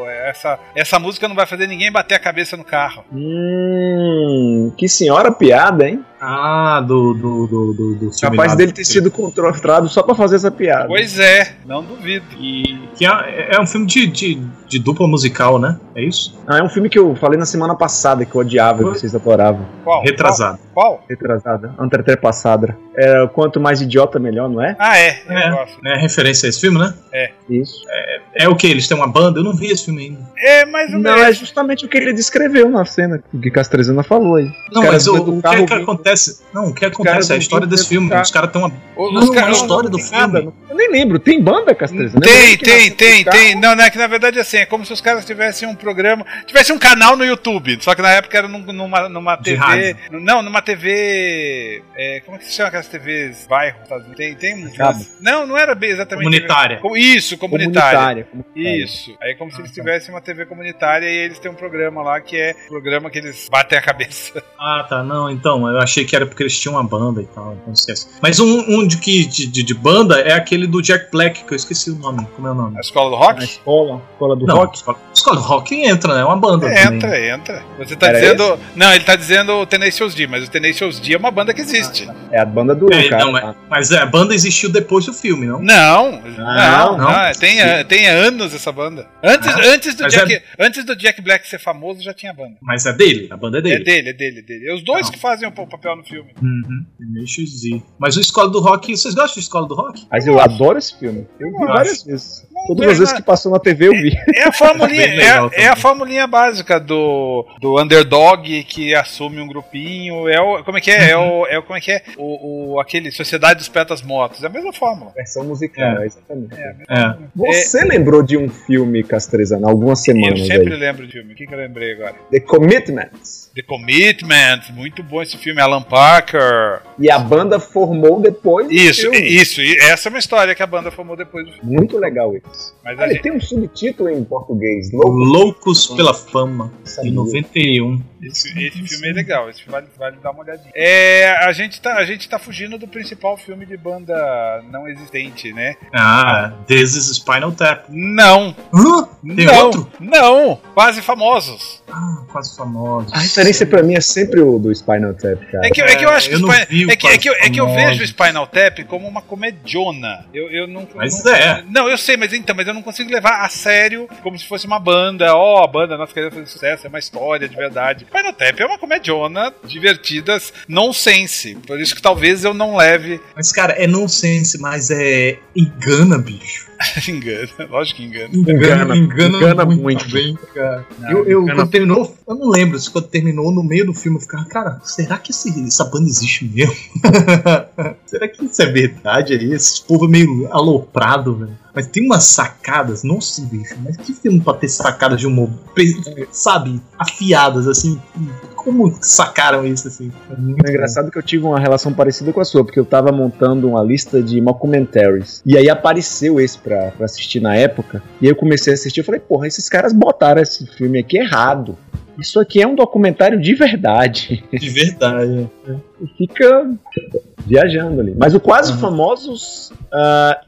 é, Essa, essa música não vai fazer ninguém bater a cabeça no carro. Hum, que senhora piada, hein? Ah, do. do, do, do, do filme Capaz lá dele do- ter sido contratado só pra fazer essa piada. Pois é, não duvido. E, que é, é um filme de, de, de dupla musical, né? É isso? Ah, é um filme que eu falei na semana passada que eu odiava, que vocês adoravam. Qual? Retrasado. Qual? qual? Retrasada. Anterpassada. É, quanto mais idiota, melhor, não é? Ah, é. Eu É. gosto. Né? Referência a esse filme, né? Isso. É o que? Eles têm uma banda? Eu não vi esse filme ainda. É, mais ou Não, menos. é justamente o que ele descreveu na cena que Castrezana falou aí. Não, caras mas o, dentro do o que, carro é que ouvindo- acontece? Não, o que caras acontece é a história ouvindo desse dentro do filme. carro. Os caras têm uma. Os- Não, os não, caras- não, história do tem filme. nada. Eu nem lembro, tem banda, Castrezana? Eu Tem, lembro né? é que tem, na cena tem, do carro- tem. Não, não é que na verdade assim, é como se os caras tivessem um programa, tivesse um canal no YouTube, só que na época era num- numa, numa De TV. rádio. Não, numa TV. é, como é que se chama aquelas TVs bairro? tá? Tem, tem um. Cabo. Não, não era bem exatamente. Comunitária. TV com- Isso, comunitária. Comunitária. comunitária. Isso. Aí é Ah, como se tá. eles tivessem uma TV comunitária e eles têm um programa lá que é um programa que eles batem a cabeça. Ah, tá. Não, então. Eu achei que era porque eles tinham uma banda e tal. Então esquece. Mas um, um de, que, de, de, de banda é aquele do Jack Black, que eu esqueci o nome. Como é o nome? A escola do Na rock? escola, escola do Não, rock. Escola, escola do Rock entra, né? É uma banda. também. Entra, entra. Você tá Era dizendo. Não, ele tá dizendo o Tenacious D, mas o Tenacious D é uma banda que existe. Ah, É a banda do É, cara. tá? não, é. Mas é, a banda existiu depois do filme, não? Não, não, Não, não, Ah, não. é, Tem, é, tem anos essa banda. Antes, Ah, antes, do mas Jack, antes do Jack Black ser famoso, já tinha banda. Mas é dele, a banda é É dele. dele, é dele, é dele. É os dois Não. que fazem o pa- papel no filme. Uhum. É NXZ. Mas o Escola do Rock, vocês gostam de Escola do Rock? Mas eu adoro esse filme. Eu vi Não várias vezes. Não Todas vejo as vezes nada. que passou na TV eu vi. É a formulinha, Bem legal é, é a também. formulinha básica do, do underdog que assume um grupinho. É o, como é que é? É o, é o- como é que é? O, o- aquele Sociedade dos Petas Motos. É a mesma fórmula. Versão musical, exatamente. É. Você lembrou de um filme, Castrezana, algumas Eu semanas sempre aí? lembro de filme. O que, que eu lembrei agora? The Commitments. The Commitment. Muito bom esse filme. Alan Parker. E a banda formou depois do Isso, filme. isso. e Essa é uma história que a banda formou depois do filme. Muito legal isso. Mas a Olha, gente- tem um subtítulo em português. Louco, Loucos pela Fama, de sabia? 91. Tá Esse, esse né? filme é legal, esse vale, vale dar uma olhadinha. É, a, gente tá, a gente tá fugindo do principal filme de banda não existente, né? Ah, This is Spinal Tap. Não! Hã? Tem não, outro? Não! Quase famosos! Ah, quase famoso. A então referência pra mim é sempre o do Spinal Tap, cara. É que, é que eu acho que, eu o não Spinal- vi o é que, é que eu, é que eu Quase vejo o Famosos. Spinal Tap como uma comediona. Eu, eu não, Mas não- é. Não, eu sei, mas então, mas eu não consigo levar a sério como se fosse uma banda. Ó, a banda, nós queremos fazer sucesso, é uma história de verdade. Spinal Tap é uma comediona divertida, nonsense. Por isso que talvez eu não leve Mas, cara, é nonsense, mas é. Engana, bicho. Engana, lógico que engana. Engana, engana, engana muito, muito. bem, cara. eu, eu, quando terminou, eu não lembro se quando terminou no meio do filme eu ficava, cara, será que esse- essa banda existe mesmo? será que isso é verdade aí? Esse povo é meio aloprado, velho. Mas tem umas sacadas, nossa, bicho, mas que filme pra ter sacadas de humor, pe- sabe, afiadas, assim, como sacaram isso, assim? É muito É engraçado que eu tive uma relação parecida com a sua, porque eu tava montando uma lista de mockumentaries. E aí apareceu esse pra, pra assistir na época. E aí eu comecei a assistir eu falei, porra, esses caras botaram esse filme aqui errado. Isso aqui é um documentário de verdade. bom, de verdade. E fica viajando ali. Mas o Quase Uhum. Famosos, ah,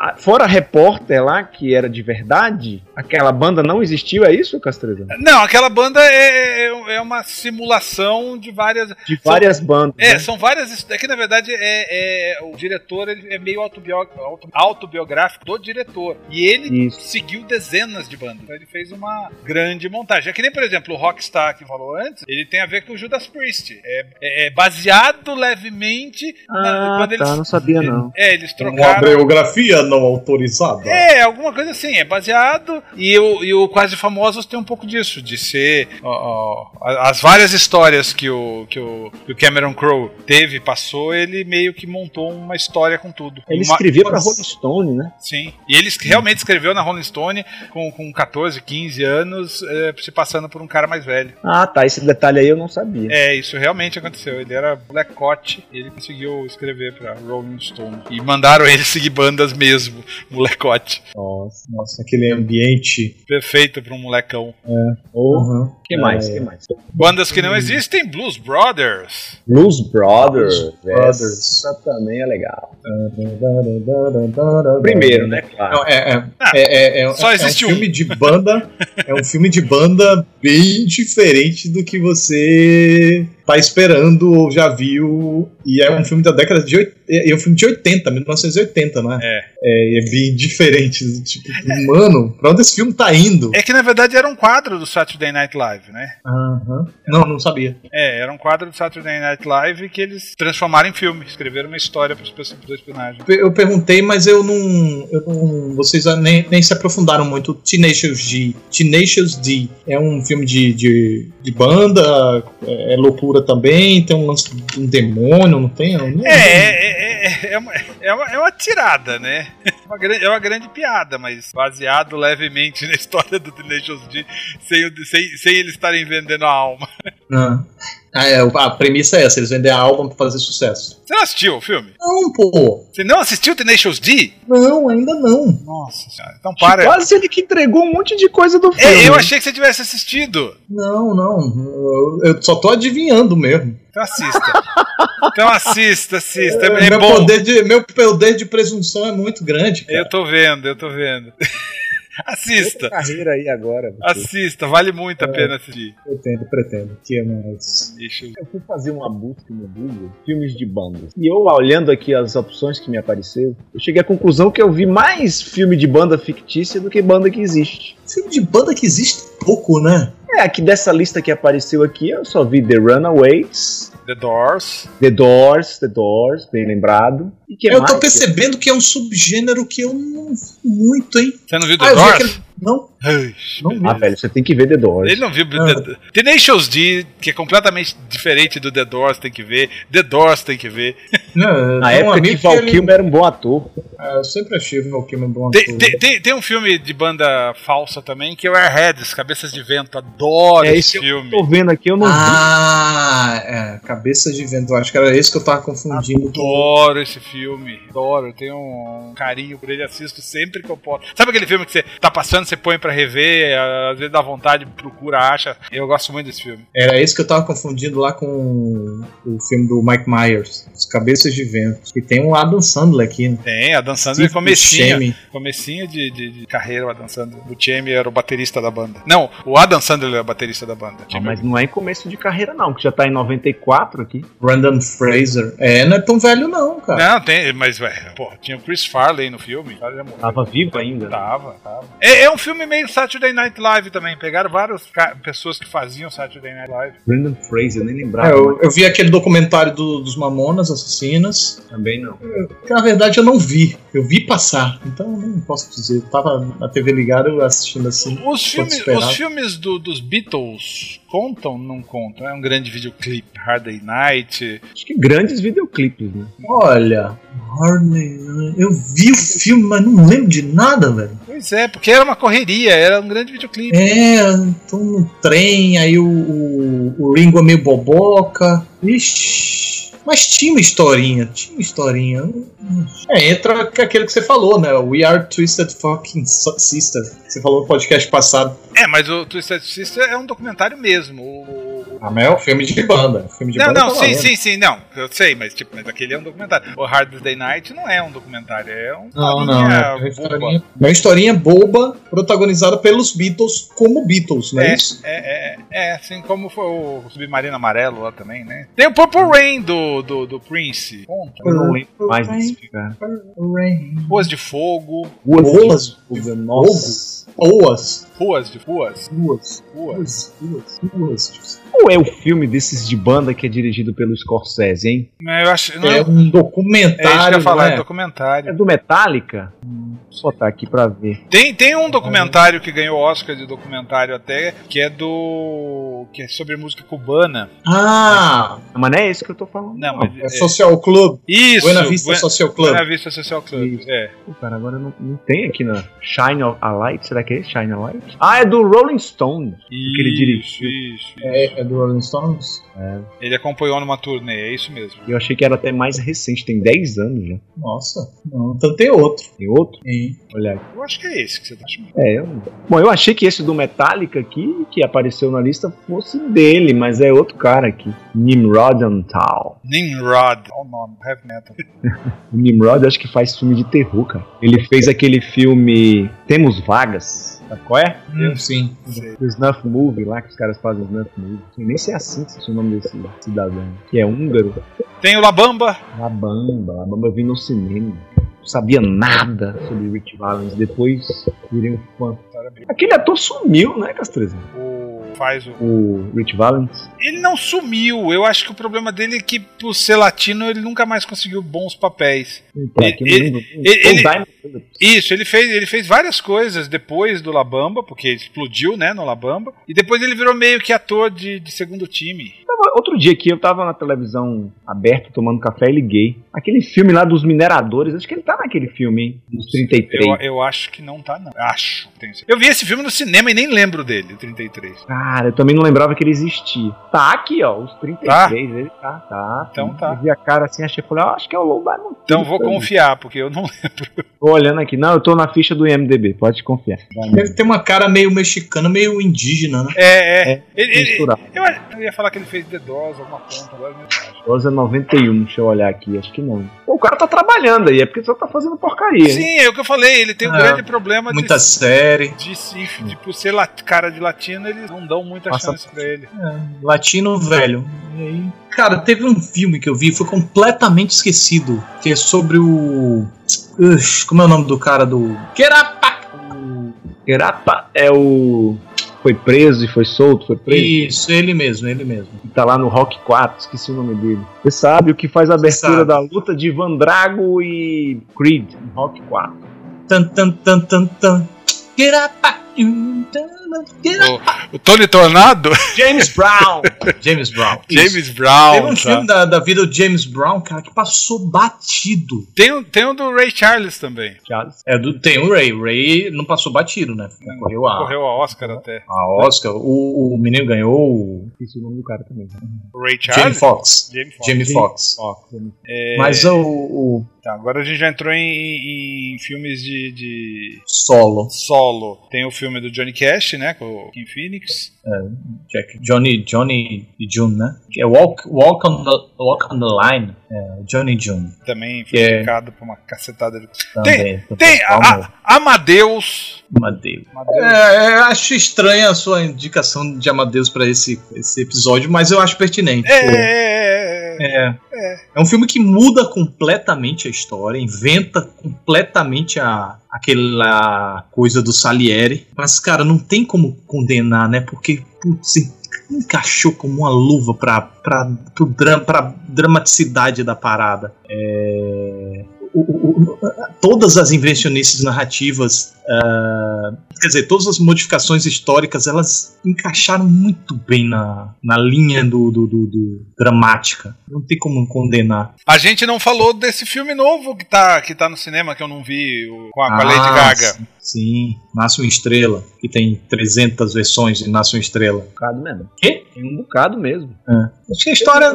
ah, fora a repórter lá, que era de verdade, aquela banda não existiu, é isso, Castrezão? Não, aquela banda é, é, é uma simulação de várias. De várias bandas. É, né? são várias. his- É que na verdade é, é- o diretor ele é meio autobió- auto- autobiográfico do diretor. E ele Isso. seguiu dezenas de bandas. Então ele fez uma grande montagem. É que nem, por exemplo, o Rockstar que falou antes, ele tem a ver com o Judas Priest. É, é- é baseado levemente na- Ah, quando eles. tá, não sabia não. É, eles trocaram. biografia não autorizada. É, alguma coisa assim, é baseado. E o, e o Quase Famosos tem um pouco disso, de ser. ó, ó, a- as várias histórias que o, que o, que o Cameron Crowe teve, passou, ele meio que montou uma história com tudo. Ele Uma- escrevia pra Rolling Stone, né? Sim. E ele es- realmente escreveu na Rolling Stone com, com 14, 15 anos, eh, se passando por um cara mais velho. Ah, tá. Esse detalhe aí eu não sabia. É, isso realmente aconteceu. Ele era molecote e ele conseguiu escrever pra Rolling Stone. E mandaram ele seguir bandas mesmo, molecote. Nossa. Nossa, aquele ambiente. Perfeito pra um molecão. O Uhum. que mais? que mais? Bandas que Hum. não existem, Blues Brothers. Blues Brothers. Blues Brothers. Essa também é legal. Primeiro, né? Claro. Não, é, é, é, é, é, Ah, Só é existe um. um filme de banda. É um filme de banda bem diferente do que você tá esperando ou já viu. E é um filme da década de. oit- É é um filme de 80, 1980, né? É. É, e vi diferente. Tipo, mano, pra onde esse filme tá indo? É que na verdade era um quadro do Saturday Night Live, né? Aham. Não, não sabia. É, era um quadro do Saturday Night Live que eles transformaram em filme, escreveram uma história para os personagens. Pe- Eu perguntei, mas eu não. Eu não vocês nem, nem se aprofundaram muito. Tenacious D. Tenacious D. É um filme de, de, de banda, é, é loucura também, tem um lance de um demônio, não tem? Eu não- É, é, é, é, é, uma, é, uma, é uma tirada, né? Uma gran- é uma grande piada, mas baseado levemente na história do The Legends D, sem, o- sem, sem eles estarem vendendo a alma. Ah. Ah, é, a premissa é essa, eles vendem a alma pra fazer sucesso. Você não assistiu o filme? Não, pô. Você não assistiu Tenacious D? Não, ainda não. Nossa senhora, então para. Quase ele que entregou um monte de coisa do filme. É, eu achei que você tivesse assistido. Não, não. Eu, eu só tô adivinhando mesmo. Então assista. Então assista, assista. É, meu, bom. poder de, meu poder de presunção é muito grande. cara. Eu tô vendo, eu tô vendo. assista, carreira aí agora. bicho. assista, vale muito É. a pena assistir. Pretendo, pretendo. Que é mais. Deixa eu- Eu fui fazer uma busca no Google, filmes de banda. E eu, olhando aqui as opções que me apareceu, eu cheguei à conclusão que eu vi mais filme de banda fictícia do que banda que existe. Filme de banda que existe pouco, né? É, aqui dessa lista que apareceu aqui, eu só vi The Runaways, The Doors. The Doors, The Doors, bem lembrado. E que eu mais? tô percebendo que é um subgênero que eu não. Muito, hein? Você não viu The Ah, eu vi Doors? aquele- Não, Ai, Não Ah. meu Ah, Deus. velho, você tem que ver The Doors. Ele não viu The, Tenacious D, que é completamente diferente do The Doors, tem que ver. The Doors tem que ver. não. Na tem um época que amigo Val ele- Kilmer era um bom ator. Ah, eu sempre achei o Val Kilmer bom. Tem, ator. tem- tem- tem um filme de banda falsa também, que é o Airheads, Cabeças de Vento. Adoro É esse esse filme. Tô vendo aqui, eu não Ah, é, cabeça de vento. Eu Acho que era esse que eu tava Ah, confundindo. Adoro esse filme, adoro. Eu tenho um carinho por ele, assisto sempre que eu posso. Sabe aquele filme que você tá passando, você põe pra rever, às vezes dá vontade, procura, acha. Eu gosto muito desse filme. Era esse que eu tava confundindo lá com o filme do Mike Myers, Os Cabeças de Vento. E tem um Adam Sandler aqui, né? Tem, a dançando Steve Sandler comecinho, Buscemi. comecinho de, de, de carreira, o Adam Sandler. O Jamie era o baterista da banda. Não, o Adam Sandler era o baterista da banda. Ah, mas não é em começo de carreira, não, que já tá em 94 aqui. Brandon Fraser. É, não é tão velho não, cara. Não, tem, mas, ué, pô, tinha o Chris Farley no filme. o cara já morreu. Tava vivo ainda. Tá. Tava, tava. É, é um filme meio Saturday Night Live também. Pegaram várias ca- pessoas que faziam Saturday Night Live. Brandon Fraser, eu nem lembrava. É, eu, eu vi aquele documentário do- dos Mamonas Assassinas, Também não. que na verdade eu não vi. Eu vi passar, então eu não posso dizer. Eu tava na TV ligada eu assistindo assim. Os filmes, esperar. os filmes do- dos Beatles contam não contam? É um grande videoclipe. Hard Day Night. Acho que grandes videoclipes, né? Olha, Harley, eu vi o filme, mas não lembro de nada, velho. Pois é, porque era uma correria, era um grande videoclipe. É, tô no trem, aí o, o, o Ringo é meio boboca. Ixi. Mas tinha uma historinha, tinha uma historinha. É, entra com aquele que você falou, né? We Are Twisted Fucking Su- Sister. que Você falou no podcast passado. É, mas o Twisted Sister é um documentário mesmo. O- o- Ah, mas é um filme de banda. Filme de Não, banda não, tá sim, valendo. sim, sim, não. Eu sei, mas tipo, mas aquele é um documentário. O Hard Day Night não é um documentário, é um Não, não. É uma boba. historinha, é uma historinha boba, protagonizada pelos Beatles como Beatles, não é, isso? É, é, é, assim como foi o Submarino Amarelo lá também, né? Tem o Purple Rain do, do, do Prince. Conta. Eu não Uhum. lembro mais desse filme. cara. Ruas de Fogo. Boas, Fuga, nossa. boas, Ruas de boas, Ruas. Ruas. boas, boas, boas. Qual é o filme desses de banda que é dirigido pelo Scorsese, hein? Mas Eu acho. Não, é, É um é isso que eu documentário. ia falar, é né? documentário. É do Metallica? Vou botar aqui pra ver. Tem, tem um documentário que ganhou Oscar de documentário até, que é do. que é sobre música cubana. Ah, Mas não é esse que eu tô falando. Não, mas... mas. é é- Social Club. isso! Buena Vista Buena- Social Club. Buena Vista Social Club. Isso. É. Cara, agora não, não tem aqui na Shine a Light. Será que é esse? Shine a Light? Ah, é do Rolling Stones. que ele dirigiu. Isso, isso. É, é do Rolling Stones? Ele acompanhou numa turnê, é isso mesmo. Eu achei que era até mais recente, tem 10 anos já. Nossa, não, então tem outro. Tem outro? Tem hein? Olha, Eu acho que é esse que você tá chamando. é, eu... Bom, eu achei que esse do Metallica aqui, que apareceu na lista, fosse dele, mas é outro cara aqui. Nimrod Antal. Nimrod. Olha o nome, heavy metal. O Nimrod acho que faz filme de terror, cara. Ele fez aquele filme Temos Vagas. Sabe qual é? Hum, sim. O Snuff Movie lá, que os caras fazem Snuff Movie. Nem sei assim se é o nome desse cidadão. Que é húngaro. Tem o Labamba. La Bamba, La Bamba eu vi no cinema. Não sabia nada sobre Rich Valens. Depois virei um fã. Aquele ator sumiu, né, Castreza? O, faz o... O Rich Valens. Ele não sumiu. Eu acho que o problema dele é que, por ser latino, ele nunca mais conseguiu bons papéis. Então, aqui É, Ele- não- ele- não- não- Isso, ele fez, ele fez várias coisas depois do Labamba, porque ele explodiu, né, no Labamba. E depois ele virou meio que ator de, de segundo time. Tava- Outro dia aqui eu tava na televisão aberta tomando café e liguei. Aquele filme lá dos mineradores, acho que ele tá naquele filme, hein? Dos 33. Eu, eu acho que não tá, não. Acho. tenho certeza. Eu vi esse filme no cinema e nem lembro dele, o 33. Cara, eu também não lembrava que ele existia. Tá aqui, ó, os 33, ele tá, tá. Então tá. Eu vi a cara assim, achei, falei, ah, acho que é o Low Diamond. Então vou confiar, porque eu não Tô olhando aqui, não, eu tô na ficha do IMDB, pode confiar. né? Ele tem uma cara meio mexicana, meio indígena, né? É, é. É, Ele- ele- Misturar. eu, eu ia falar que ele fez The Dose, alguma conta, agora eu não acho. 12 é 91, deixa eu olhar aqui, acho que não. Pô, o cara tá trabalhando aí, é porque só tá fazendo porcaria. né? Sim, é o que eu falei, ele tem um Ah, grande problema de, Muita série. de, se- de, por ser la- cara de latino, eles não dão muita Passa- chance pra ele. É, latino velho. E aí, cara, teve um filme que eu vi, foi completamente esquecido. Que é sobre o. Ux, como é o nome do cara do. Querapa! Grapa é o. Foi preso e foi solto, foi preso. Isso, ele mesmo, ele mesmo. que tá lá no Rock 4, esqueci o nome dele. Você sabe o que faz a abertura Sabe. da luta de Vandrago e Creed no Rock 4. Tan, tan, tan, tan, tan. Querapa! Hum, tan, tan, querapa. O Tony Tornado? James Brown! James Brown. isso. James Brown. Teve um tá? filme da, da vida do James Brown, cara, que passou batido. Tem, um- tem um do Ray Charles também. Charles. É, do, tem o Ray. Ray não passou batido, né? Correu a, Correu a Oscar até. a Oscar. O, o menino ganhou o Esqueci o nome do cara também. O Ray Jamie Charles? Foxx. Jamie Foxx. Jamie Foxx. Ó, um você não- É. Mas o, o Tá, agora a gente já entrou em, em filmes de, de solo, solo. Tem o filme do Johnny Cash, né? Com o Kim Phoenix. Jack, é Johnny, Johnny e June, né? Que É Walk, Walk, on, the, Walk on the Line, é, Johnny e June. Também foi É. indicado por uma cacetada de. Também. Tem, Tem a, a, Amadeus. Amadeus. É, eu acho estranha a sua indicação de Amadeus pra esse, esse episódio, mas eu acho pertinente. É, é, é, é. É. É um filme que muda completamente a história, inventa completamente a, aquela coisa do Salieri. Mas, cara, não tem como condenar, né? Porque, putz, encaixou como uma luva pra, pra, pro dra- pra dramaticidade da parada. É, o- o- o- todas as invencionistas narrativas, ah, quer dizer, todas as modificações históricas, elas encaixaram muito bem na, na linha do, do- do- do dramática. Não tem como condenar. A gente não falou desse filme novo que tá, que tá no cinema, que eu não vi, o- Tá com a, com a Ah, Lady Gaga. sim, Sim, Nasce uma Estrela, que tem 300 versões de Nasce uma Estrela. um bocado mesmo. Quê? Tem um bocado mesmo. Acho que a história.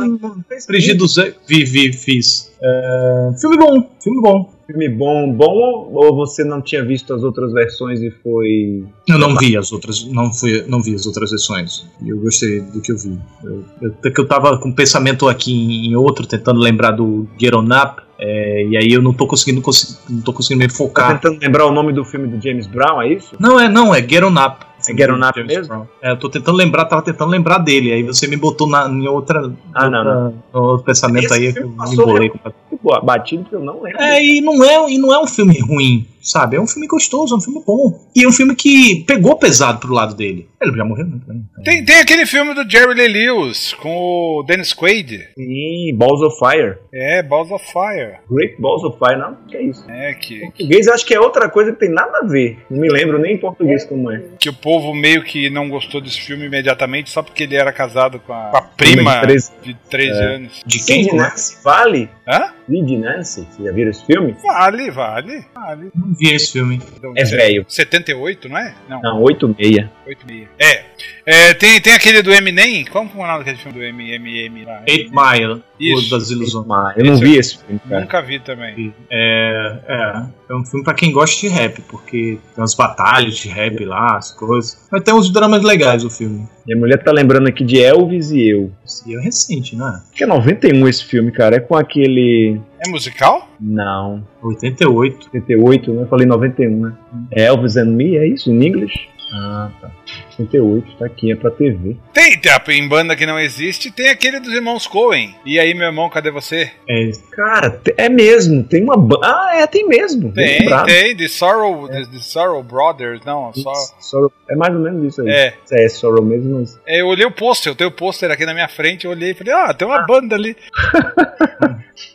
Frigido Zé. Vi, vi, fiz. É, filme bom, filme bom. Filme bom, bom, ou você não tinha visto as outras versões e foi. Eu não vi as outras, não fui, não vi as outras versões. E eu gostei do que eu vi. Eu, eu, até que eu tava com um pensamento aqui em, em outro, tentando lembrar do Get On Up, é, e aí eu não tô conseguindo, consi- não tô conseguindo me Tá focar. tentando lembrar o nome do filme do James Brown, é isso? Não, é, não, é Get On Up. É Get On Up James mesmo? Brown. É, eu tô tentando lembrar, tava tentando lembrar dele, aí você me botou na, em outra, Ah, não, não. no outro pensamento Esse aí que eu filme me passou embolei. Pô, Tá batido que eu não lembro. É, e não é, e não é um filme ruim, sabe? É um filme gostoso, é um filme bom. E é um filme que pegou pesado pro lado dele. Ele já morreu, né? Então, Tem, tem aquele filme do Jerry Lee Lewis com o Dennis Quaid. Sim, Balls of Fire. É, Balls of Fire. Great Balls of Fire, não? Que é isso? É, que, Português eu acho que é outra coisa que tem nada a ver. Não me lembro nem em português como é. que o povo meio que não gostou desse filme imediatamente só porque ele era casado com a, com a prima 13. de 13 anos. De Sid quem? é? Nancy Vale? Hã? Sid Nancy, vocês já viram esse filme? Vale, vale, vale. não vi esse filme. É velho. 78, não é? Não, Não, 8,6. 86. É. É, tem, tem aquele do Eminem. Como que é o nome daquele filme do MMM lá? Eight Mile, Isso. Isso. das Ilusões. Ah, eu não Esse vi esse filme, cara. Nunca vi também. É, é, é um filme pra quem gosta de rap, porque tem umas batalhas de rap lá, as coisas. Mas tem uns dramas legais o filme. Minha mulher tá lembrando aqui de Elvis e eu. E é recente, né? Acho que é 91 esse filme, cara. É com aquele. É musical? Não, 88. 78, né? Eu falei 91, né? Elvis and Me, é isso? Em inglês? Ah, tá. 78, tá aqui, é pra TV. Tem, tem a- em banda que não existe, tem aquele dos irmãos Coen. E aí, meu irmão, cadê você? É, Cara, te- é mesmo, tem uma. ba- Ah, é, tem mesmo. bem Tem, lembrado. tem, The Sorrow, the, the Sorrow Brothers, não, só. Sorrow- É mais ou menos isso aí. É, É, é Sorrow mesmo, mas. é, eu olhei o pôster, eu tenho o pôster aqui na minha frente, eu olhei e falei, ah, tem uma banda ali.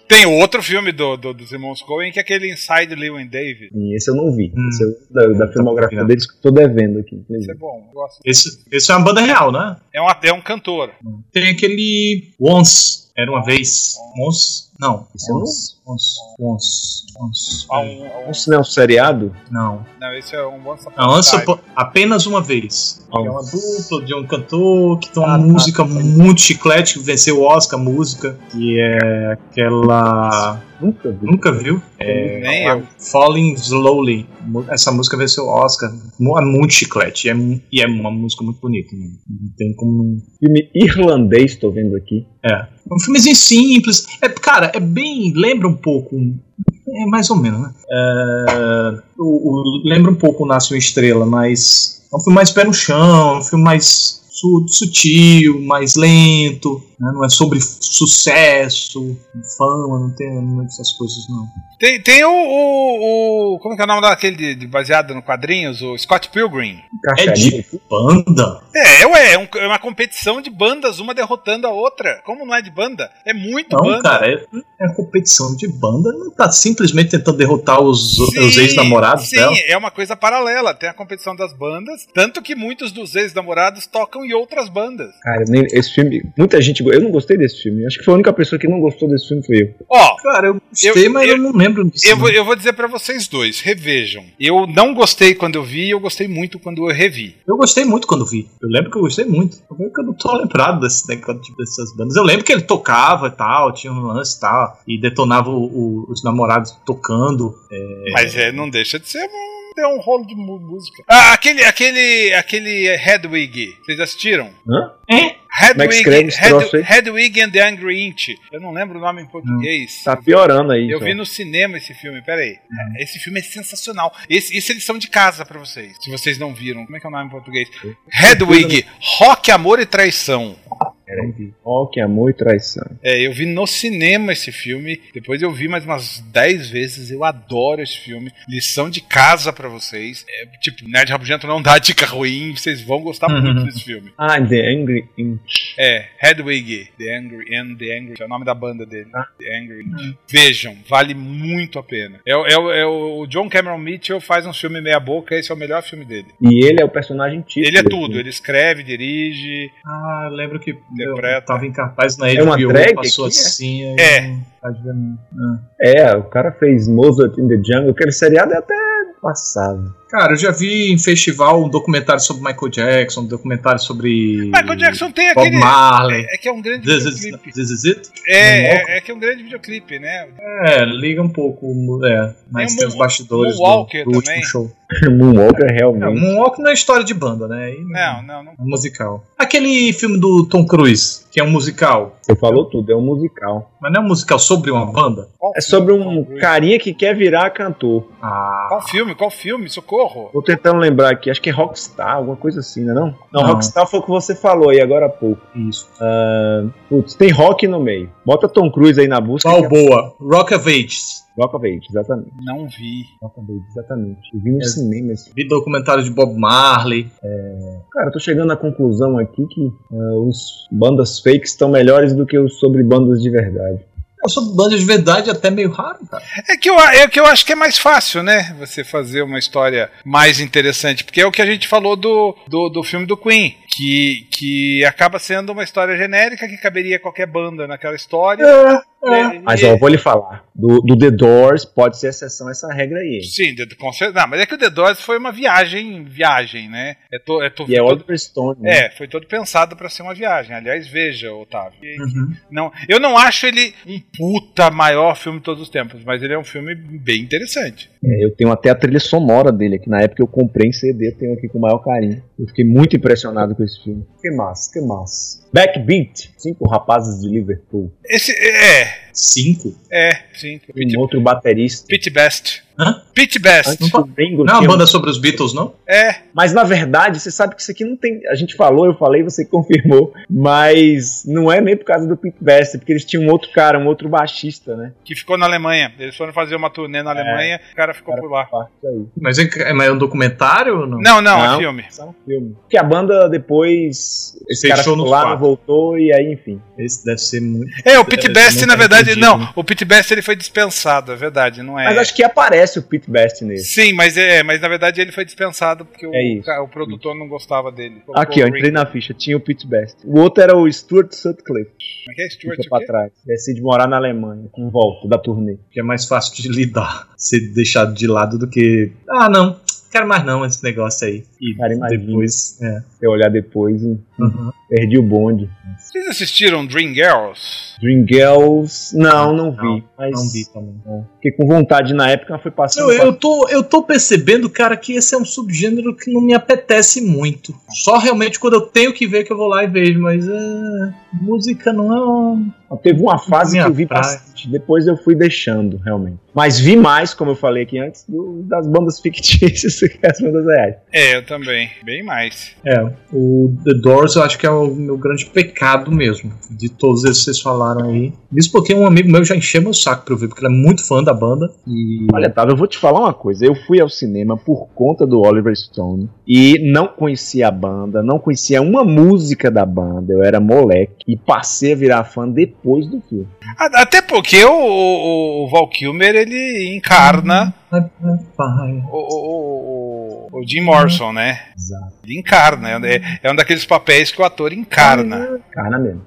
tem outro filme do, do- dos irmãos Coen, que é aquele Inside Lewin David. Sim, Esse eu não vi. Hum. Esse eu, da, da Tá filmografia combinado. deles que eu tô devendo aqui. Isso é inclusive. bom, eu gosto. esse, esse é uma banda real, né? É um, é um cantor. Tem aquele Once, era uma vez. Once? Não. Esse é um- Once. Once. Once. Once. Ah, é, um- um- Isso não é um seriado? Não. não, esse é um Once Upon A Ah, a Once Time. Upon- apenas uma vez. Que é uma Once. dupla de um cantor que tem uma Ah, tá. música muito chiclete, que venceu o Oscar, a música. Que é aquela. Nunca vi. Nunca viu? É. É, É, Nem eu. Falling Slowly. Mu- Essa música venceu o Oscar. Mu- É muito chiclete. E é, mu- e é uma música muito bonita. né? Não tem como. Filme irlandês, tô vendo aqui. É. É um filmezinho simples. É, cara, é bem. Lembra um pouco. É mais ou menos, né? É, o- o- lembra um pouco o Nasce uma Estrela, mas. É um filme mais pé no chão, é um filme mais su- sutil, mais lento. né? Não é sobre sucesso, fama, não tem muitas essas coisas, não. Tem, tem o, o, o- Como é que é o nome daquele de, de baseado no quadrinhos? O Scott Pilgrim. Cacharia. Banda? É, ué, é, um- é uma competição de bandas, uma derrotando a outra. Como não é de banda? É muito Não, banda. cara, é, é competição de banda, não tá simplesmente tentando derrotar os, os Sim, ex-namorados Sim, dela. é uma coisa paralela. Tem a competição das bandas, tanto que muitos dos ex-namorados tocam em outras bandas. Cara, nem- esse filme. Muita gente. go- Eu não gostei desse filme. Acho que foi a única pessoa que não gostou desse filme foi eu. Ó, Cara, eu gostei, Eu- mas eu, eu- não lembro disso. eu vou, não. eu vou dizer pra vocês dois, revejam. Eu não gostei quando eu vi, eu gostei muito quando eu revi. Eu gostei muito quando vi. Eu lembro que eu gostei muito. Eu lembro que eu não tô lembrado desse, né, quando, tipo, dessas bandas. Eu lembro que ele tocava e tal, tinha um lance e tal, e detonava o- o- os namorados tocando. Mas é, não deixa de ser um, é um rolo de mu- música. Ah, aquele, aquele, aquele Hedwig, vocês assistiram? Hã? É? Como é que Hedwig, escreve esse Hed- troço aí? Hedwig and the Angry Inch. Eu não lembro o nome em português. Tá piorando aí. Eu então. vi no cinema esse filme, peraí. Esse filme é sensacional. Esse, esse é lição de casa pra vocês, se vocês não viram. Como é que é o nome em português? Hedwig, Rock, Amor e Traição. Ó, que amor e traição. É, eu vi no cinema esse filme, depois eu vi mais umas 10 vezes, eu adoro esse filme. Lição de casa pra vocês. É, tipo, Nerd Rabugento não dá dica ruim, vocês vão gostar Uhum. muito desse filme. Ah, The Angry Inch. É, Hedwig, The Angry and The Angry, é o nome da banda dele. Ah. The Angry. Hum. Vejam, vale muito a pena. É, o- é o- é o o John Cameron Mitchell faz um filme meia boca, esse é o melhor filme dele. E ele é o personagem título. Ele é desse tudo, filme. ele escreve, dirige. Hum. Ah, eu lembro que eu Interpreta. tava em cartaz na É uma HBO, drag passou aqui, é? assim. eu É. não tava vendo. É, o cara fez Mozart in the Jungle. Aquele seriado é até passado. Cara, eu já vi em festival um documentário sobre Michael Jackson, um documentário sobre. Michael Jackson tem Bob aquele. Marley. É que é um grande This is, videoclipe. this is it? É, é, é que é um grande videoclipe, né? É, liga um pouco, é, mas Tem o tem os Moon- bastidores do, Moonwalker do último também. show. Moonwalker É, o realmente. Moonwalk não é história de banda, né? Aí Não, não, não. É um musical. Aquele filme do Tom Cruise, que é um musical, Você falou tudo, é um musical. mas não é um musical sobre uma banda? Qual É filme? sobre Tom um Cruise? carinha que quer virar cantor. Ah, Qual filme? Qual filme? Socorro! Tô tentando lembrar aqui, acho que é Rockstar, alguma coisa assim, não é não? Não, Não. Rockstar foi o que você falou aí agora há pouco. Ah, isso. Putz, tem rock no meio. Bota Tom Cruise aí na busca. Qual que é- boa? Rock of Ages. Rock of Ages, exatamente. Não vi. Rock of Ages, exatamente. Eu vi no É. cinema esse. Vi documentário de Bob Marley. Cara, eu tô chegando à conclusão aqui que ah, os bandas fakes estão melhores do que os sobre bandas de verdade. Eu sou banda É, de verdade até meio raro, cara. É que, eu, é que eu acho que é mais fácil, né? Você fazer uma história mais interessante. Porque é o que a gente falou do, do, do filme do Queen. que, que acaba sendo uma história genérica que caberia qualquer banda naquela história. Né, E- Mas é ó, eu vou lhe falar. Do, do The Doors pode ser exceção a essa regra aí. Sim, de- com certeza. Não, mas é que o The Doors foi uma viagem, viagem, né? É to, é to, E é Oliver Stone, né? é, foi todo pensado pra ser uma viagem. Aliás, veja, Otávio. Uhum. Não, eu não acho ele um puta maior filme de todos os tempos, mas ele é um filme bem interessante. É, Eu tenho até a trilha sonora dele, que na época eu comprei em CD, tenho aqui com o maior carinho. Eu fiquei muito impressionado com esse filme. Que massa, que massa. Backbeat, cinco rapazes de Liverpool. Esse é, Cinco? é, sim. Pete, Um outro baterista. Pete Best. Hã? Pete Best. Antes do Ringo Não é tinha um- uma banda sobre os Beatles, não? É, Mas na verdade, você sabe que isso aqui não tem. A gente falou, eu falei, você confirmou. Mas não é nem por causa do Pete Best, é porque eles tinham um outro cara, um outro baixista, né? que ficou na Alemanha. Eles foram fazer uma turnê na Alemanha, o É. cara ficou por lá. Parte aí. Mas é, mas é um documentário ou não? Não, não, é Não. filme. Só no um filme. Porque a banda depois. Esse cara Fechou ficou nos lá, quatro. não voltou, e aí, enfim. Esse deve ser muito. É, o Pete Eu Best, não na tá verdade, entendido, não. né? O Pete Best ele foi dispensado, é verdade, não é. Mas acho que aparece o Pete Best nele. Sim, mas é, mas na verdade ele foi dispensado porque o, É isso. ca- o produtor não gostava dele. Colocou Aqui, ó, o Rick- entrei na ficha, tinha o Pete Best. O outro era o Stuart Sutcliffe, Como é que é que Stuart? ficou pra o quê? trás. Decide morar na Alemanha, com volta da turnê. Que é mais fácil de lidar, ser deixado de lado do que. Ah, não, quero mais não esse negócio aí. E Cara, imagina. depois. É. Se eu olhar depois, hein, Uhum. perdi o bonde. Vocês assistiram Dream Girls? Dream Girls, não, não vi. Não, mas Não vi também. Fiquei com vontade na época, mas foi passando. Não, eu, tô, eu tô percebendo, cara, que esse é um subgênero que não me apetece muito. Só realmente quando eu tenho que ver que eu vou lá e vejo, mas é, música não é um. passando. Teve uma fase Minha que eu vi praia. bastante, depois eu fui deixando, realmente. Mas vi mais, como eu falei aqui antes, do- das bandas fictícias que as bandas reais. É, eu também. Bem mais. É, o The Doors eu acho que é o meu grande pecado mesmo, de todos esses que vocês falaram aí. Isso porque um amigo meu já encheu meu saco pra eu ver, porque ele é muito fã da banda. E. Olha, Tava, eu vou te falar uma coisa. Eu fui ao cinema por conta do Oliver Stone e não conhecia a banda, não conhecia uma música da banda. Eu era moleque e passei a virar fã depois do filme. A- Até porque o, o, o Val Kilmer ele encarna Vai. o, o, o, o Jim Morrison, né? Ele encarna. É, é um daqueles papéis que o ator encarna. Cara mesmo.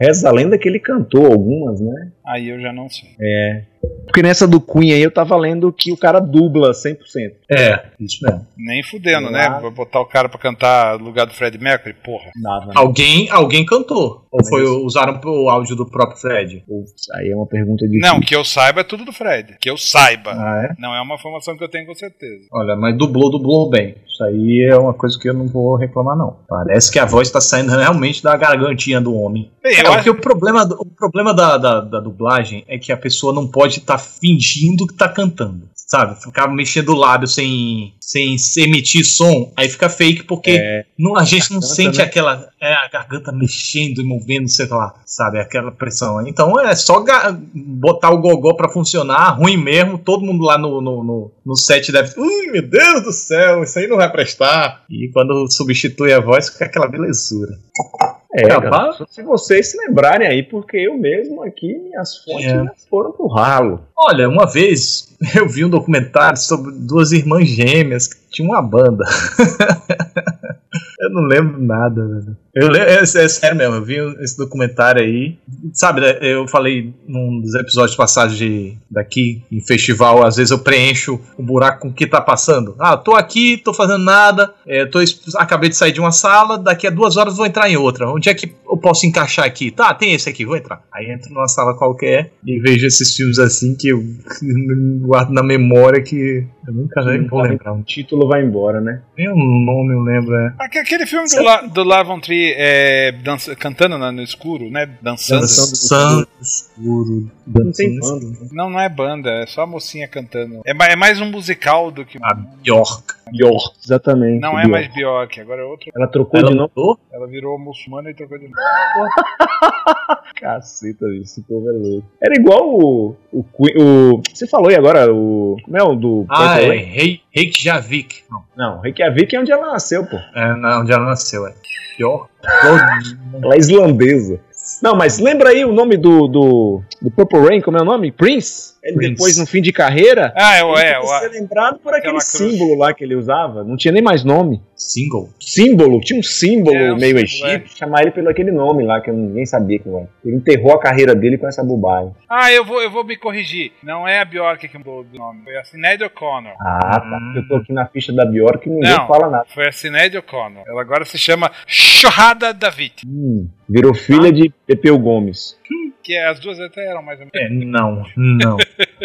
Reza a lenda que ele cantou algumas, né? Aí eu já não sei. Porque nessa do Queen aí eu tava lendo que o cara dubla 100%. É, isso mesmo. Nem fudendo, Sei né? lá. Vou botar o cara pra cantar no lugar do Fred Mercury, porra. Dava. Alguém, alguém cantou. Ou Mas- foi, usaram o áudio do próprio Fred? Putz, aí é uma pergunta difícil. Não, que eu saiba é tudo do Fred. Que eu saiba. Ah, é? Não é uma informação que eu tenho com certeza. Olha, mas dublou, dublou bem. Isso aí é uma coisa que eu não vou reclamar, não. Parece que a voz tá saindo realmente da gargantinha do homem. Bem, É, eu acho porque o problema, do- o problema da, da, da dublagem é que a pessoa não pode estar fingindo que tá cantando. Sabe? Ficar mexendo o lábio sem, sem emitir som, aí fica fake, porque não- a gente não É. garganta, sente né? aquela. É, a garganta mexendo e movendo, sei lá, sabe? Aquela pressão. Então é só ga- botar o gogó pra funcionar, ruim mesmo. Todo mundo lá no, no, no, no set deve. Ui, meu Deus do céu, isso aí não vai prestar. E quando substitui a voz, fica aquela belezura. É, Acabar? cara, só se vocês se é lembrarem aí, porque eu mesmo aqui, minhas fontes É. já foram pro ralo. Olha, uma vez eu vi um documentário sobre duas irmãs gêmeas que tinham uma banda. eu não lembro nada, velho. Eu le- é, é sério mesmo, eu vi esse documentário aí. Sabe, né, eu falei num dos episódios passados de, daqui, em festival, às vezes eu preencho o buraco com o que tá passando. Ah, tô aqui, tô fazendo nada, é, tô, exp- acabei de sair de uma sala, daqui a duas horas vou entrar em outra. Onde é que eu posso encaixar aqui? Tá, tem esse aqui, vou entrar. Aí entro numa sala qualquer e vejo esses filmes assim que eu guardo na memória que eu nunca Sim, vou tá. lembrar. O título vai embora, né? Nem o nome eu lembro, é. Aque- Aquele filme do, La, do La Von Trier, é, dança- cantando na- no escuro, né? Dançando. Dançando. Santo escuro. Não tem Dançando banda. né? Não, não é banda, é só a mocinha cantando. É, ma- é mais um musical do que. A Bjork. Bjork, exatamente. não é Bjork. mais Bjork, agora é outro. Ela trocou Ela de nome. mudou? Ela virou muçulmana e trocou de nome. Caceta, esse povo é louco. Era igual o. o, Queen- o- você falou aí agora o. Como é o do. Ah, Porto é. Alegre? Rei- Reykjavik. Não, Não, Reykjavik é onde ela nasceu, pô. é na- onde ela nasceu, é. Bjork. Ela é islandesa. Não, mas lembra aí o nome do. Do, do Purple Rain, como é o nome? Prince? Ele depois, no fim de carreira, Ah, é, o- ele é, tem que o- ser lembrado por aquele aquela cruz. símbolo lá que ele usava. Não tinha nem mais nome. Single. Símbolo, tinha um símbolo É, um meio símbolo, egípcio. Chamar ele pelo aquele nome lá, que eu ninguém sabia que era. Ele enterrou a carreira dele com essa bobagem. Ah, eu vou, eu vou me corrigir. Não é a Bjork que mudou o nome. Foi a Sinead O'Connor. Ah, tá. Hum. Eu tô aqui na ficha da Bjork e ninguém Não. fala nada. Foi a Sinead O'Connor. Ela agora se chama Chorrada David. Hum, virou filha de Pepeu Gomes. Que é, as duas até eram mais ou menos. É, não, não,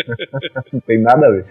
Não tem nada a ver.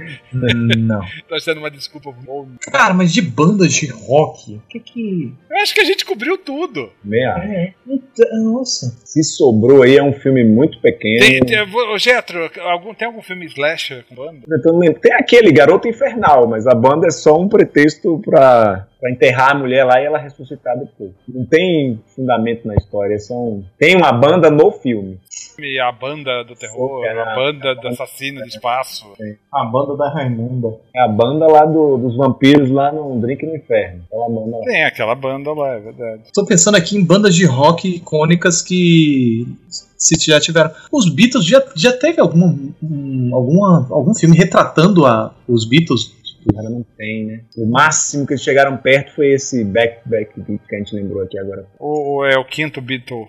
não. Tá sendo uma desculpa. boa. Cara, mas de bandas de rock, o que que. Eu acho que a gente cobriu tudo. Meia. É, então, nossa. Se sobrou aí, é um filme muito pequeno. Tem, tem, eu vou- ô, Getro, algum, tem algum filme slasher com banda? Eu tô lem- Tem aquele Garoto Infernal, mas a banda é só um pretexto pra, pra enterrar a mulher lá e ela ressuscitar depois. Não tem fundamento na história. São... Tem uma banda no filme. Filme A banda do terror, Cara, a banda do assassino do espaço. A banda da Raimunda. É a banda lá do- dos vampiros lá no Drink no Inferno. Aquela banda lá. Tem aquela banda lá, é verdade. Tô pensando aqui em bandas de rock icônicas que se já tiveram. Os Beatles já, já teve algum, um- alguma, algum filme retratando a, os Beatles? Ela não tem, né? O máximo que eles chegaram perto foi esse Back Back Beat que a gente lembrou aqui agora. Ou ou é o quinto Beatle?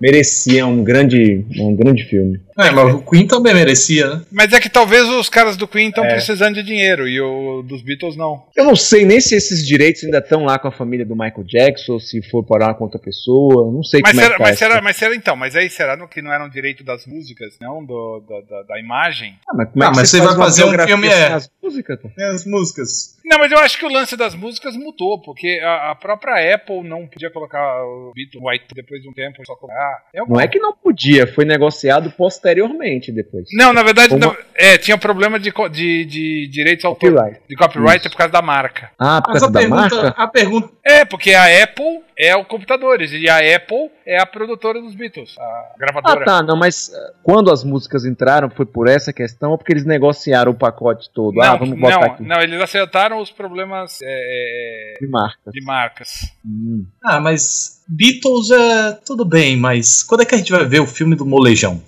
Merecia um grande, um grande filme. É, mas o Queen também merecia, né? Mas é que talvez os caras do Queen estão precisando de dinheiro e o dos Beatles não. Eu não sei nem se esses direitos ainda estão lá com a família do Michael Jackson, ou se for parar com outra pessoa. Não sei Mas como é será, que tá mas, essa- será, mas será então, mas aí será no que não era um direito das músicas, não do, da, da, da imagem? Ah, mas como é Ah, que mas você você faz vai uma fazer um biografia filme, sem é. as músicas, pô? As músicas. Não, mas eu acho que o lance das músicas mudou, porque a, a própria Apple não podia colocar o Beatles White depois de um tempo só colocar. É algum- Não é que não podia, foi negociado posteriormente depois. Não, na verdade, Uma- não- é, tinha problema de, co- de, de direitos autorais. Copyright. De copyright Isso. é por causa da marca. Ah, por Mas causa a da pergunta, marca? a pergunta. É, porque a Apple é o computadores e a Apple é a produtora dos Beatles, a Ah, gravadora. tá, não, mas ah, quando as músicas entraram, foi por essa questão ou porque eles negociaram o pacote todo? ah, vamos botar não, aqui não, eles acertaram os problemas é, de marca. de marcas. Hum. Ah, mas Beatles é tudo bem, mas quando é que a gente vai ver o filme do Molejão?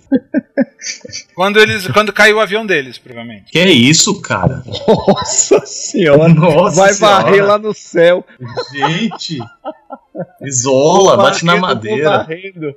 Quando eles, quando caiu o avião deles, provavelmente. Que é isso, cara? Nossa senhora! Nossa Vai senhora. varrer lá no céu. Gente! Isola, bate na madeira. varrendo.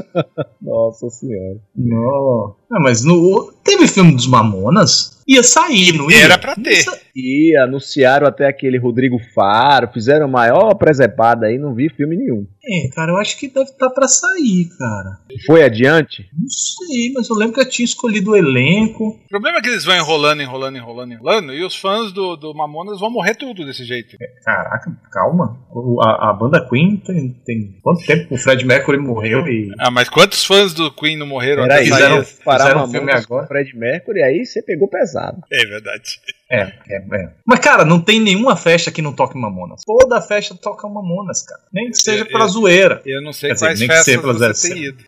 Nossa senhora. Não. Não, mas no, teve filme dos Mamonas? Ia sair, não ia? Era pra ter. Isso- E anunciaram até aquele Rodrigo Faro, fizeram a maior presepada aí, não vi filme nenhum. É, cara, eu acho que deve estar pra sair, cara. Foi adiante? Não sei, mas eu lembro que eu tinha escolhido o elenco. O problema é que eles vão enrolando, enrolando, enrolando, enrolando, e os fãs do, do Mamonas vão morrer tudo desse jeito. Caraca, calma. O- a, a banda Queen tem, tem quanto tempo que o Fred Mercury morreu e Ah, mas quantos fãs do Queen não morreram Peraí, até sair? fizeram- fizeram, parar fizeram uma um filme música com agora. Fred Mercury, aí você pegou um- pesado. É verdade. É, é, é. Mas, cara, não tem nenhuma festa que não toque Mamonas. Toda festa toca Mamonas, cara. Nem que seja Eu- pela eu- zoeira. Eu não sei Quer dizer, quais nem que festas seja pelas você tem dessas. ido.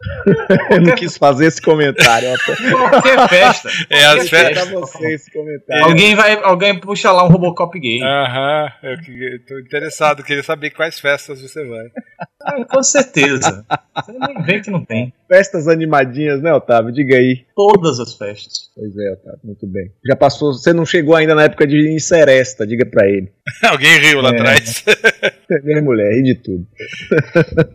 Eu não quis fazer esse comentário. Eu até Qualquer festa. É, as Qualquer pra festas. É. você esse comentário. Alguém vai, alguém puxa lá um Robocop gay. Aham, eu, que- eu tô interessado, queria saber quais festas você vai. É, Com certeza. Você nem vê que não tem. Festas animadinhas, né, Otávio? Diga aí. Todas as festas. Pois é, Otávio, muito bem. Já passou, você não chegou ainda na época de Inceresta, diga pra ele. Alguém riu lá É. atrás. Minha mulher, e de tudo.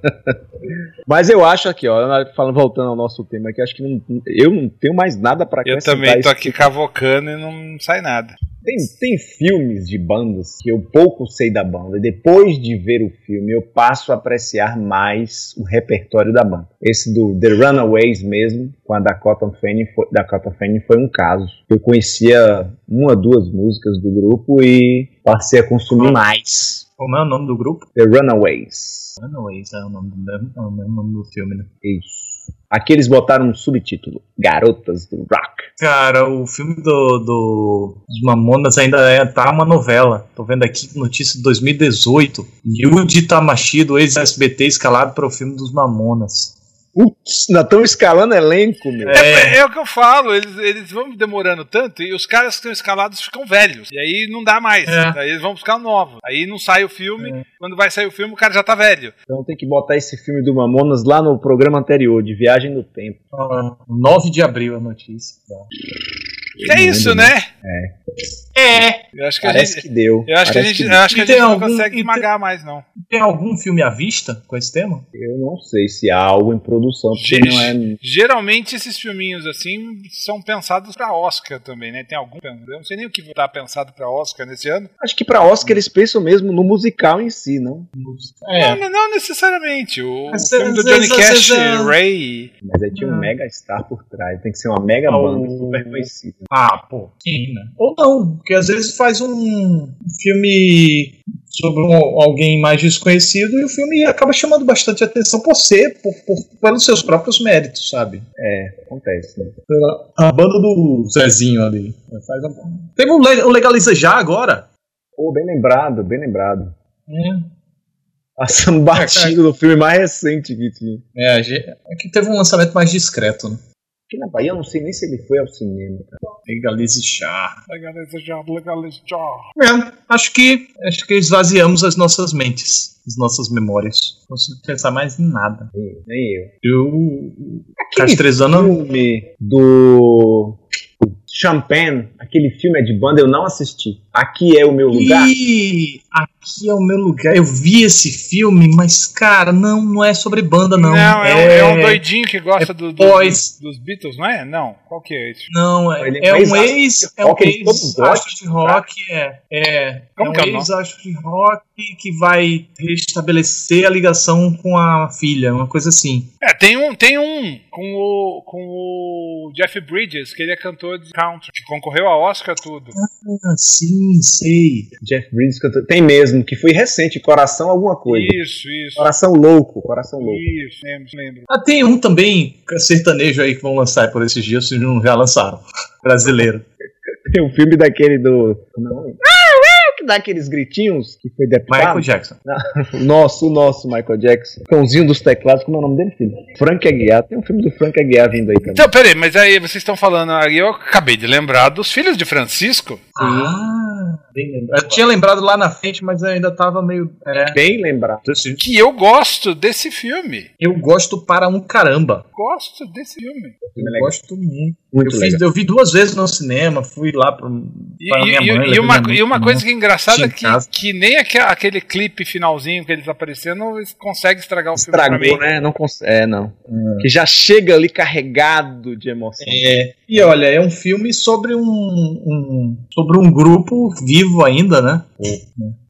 Mas eu acho aqui, ó, falando, voltando ao nosso tema aqui, acho que não- eu não tenho mais nada pra Eu acrescentar. também tô isso aqui cavocando e não sai nada. Tem, tem filmes de bandas que eu pouco sei da banda, e depois de ver o filme eu passo a apreciar mais o repertório da banda. Esse do The Runaways mesmo, com a Dakota Fanning, foi, Dakota Fanning foi um caso. Eu conhecia uma, duas músicas do grupo e passei a Ah. consumir mais. Como é o nome do grupo? The Runaways. Ah, não, esse é o nome do mesmo, é o mesmo nome do filme, né? Isso. Aqui eles botaram um subtítulo: Garotas do Rock. Cara, o filme do, do dos Mamonas ainda é, tá uma novela. Tô vendo aqui notícia de 2018. Yuji Tamashiro, ex-SBT, escalado para o filme dos Mamonas. Putz, ainda estão escalando elenco, meu. É, é o que eu falo, eles, eles vão demorando tanto e os caras que estão escalados ficam velhos. E aí não dá mais. É. Aí eles vão buscar um novo. Aí não sai o filme. Quando vai sair o filme, o cara já tá velho. Então tem que botar esse filme do Mamonas lá no programa anterior, de Viagem no Tempo. Ó, 9 Ah, de abril a notícia. Tá. Que é isso, né? É. Eu acho que a Parece gente. que deu. Eu acho que a Parece gente, eu acho que a gente Tem não algum- consegue e tem- esmagar mais, não. Tem algum filme à vista com esse tema? Eu não sei se há algo em produção, porque Gente. não é. Geralmente esses filminhos assim são pensados pra Oscar também, né? Tem algum. Eu não sei nem o que tá pensado pra Oscar nesse ano. Acho que pra Oscar eles pensam mesmo no musical em si, não? É. Não, não necessariamente. O Mas filme do às vezes- é. Johnny Cash, às vezes- Ray. Mas aí tinha um Ah. Não. mega star por trás, tem que ser uma mega Ah, o- banda super conhecida. Ah, pô. Sim, né? Ou não, porque às vezes faz um filme sobre um- alguém mais desconhecido e o filme acaba chamando bastante atenção por ser, por, por- pelos seus próprios méritos, sabe? Acontece, né? Pela- A banda do Zezinho ali. É, Faz a- Teve um Le- o Legaliza Já agora. Pô, bem lembrado, bem lembrado. É. Passando batido no filme mais recente que tinha. É, a gente- é que teve um lançamento mais discreto, né? Aqui na Bahia eu não sei nem se ele foi ao cinema. tá cara. Legalize Já. Legaliza já, legaliza já. É, acho que, acho que esvaziamos as nossas mentes, as nossas memórias. Não consigo pensar mais em nada. Nem, nem eu. Eu. Aquele Castrezano. filme do Champagne, aquele filme é de banda, eu não assisti. Aqui é o meu lugar. Ih, aqui é o meu lugar. Eu vi esse filme, mas, cara, não, não é sobre banda, não. é, um, é um doidinho que gosta é do, do- pós. dos Beatles, não é? Não. Qual que é esse? Não, é, Ele é é um um ex. É um rock, ele todo ex gótico, astro de rock, é. É, Como que é é o um nome? ex astro de rock que vai restabelecer a ligação com a filha, uma coisa assim. É, tem um, tem um com o, com o Jeff Bridges, que ele é cantor de country, que concorreu a Oscar tudo. Ah, sim, sei. Jeff Bridges cantou. Tem mesmo, que foi recente, Coração Alguma Coisa. Isso, isso. Coração Louco, Coração Louco. Isso, lembro, lembro. Ah, tem um também sertanejo aí que vão lançar por esses dias, se não já lançaram. Brasileiro. Tem um filme daquele do. Não, que dá aqueles gritinhos que foi Ah, é! Michael deputado. Jackson. Nosso, o nosso Michael Jackson. Cãozinho dos teclados, como é o nome dele, filho? Frank Aguiar. Tem um filme do Frank Aguiar vindo aí também. Então, peraí, mas aí vocês estão falando, aí eu acabei de lembrar dos filhos de Francisco. Ah, bem lembrado. Eu tinha lembrado lá na frente, mas eu ainda tava meio. É. Bem lembrado. Que eu gosto desse filme. Eu gosto para um caramba. Gosto desse filme. Filme Eu É legal, gosto muito. Eu, Muito fiz- legal. eu vi duas vezes no cinema, fui lá pro, E, para minha e- mãe. e levei uma, minha mãe e uma também. coisa que é engraçada Tinha é em que, casa. que nem aque- aquele clipe finalzinho que eles aparecendo consegue estragar o um filme pra mim. Estragou, né? Não consegue. É, não. Que já chega ali carregado de emoção. É, e olha, é um filme sobre um, um- sobre um grupo vivo ainda, né?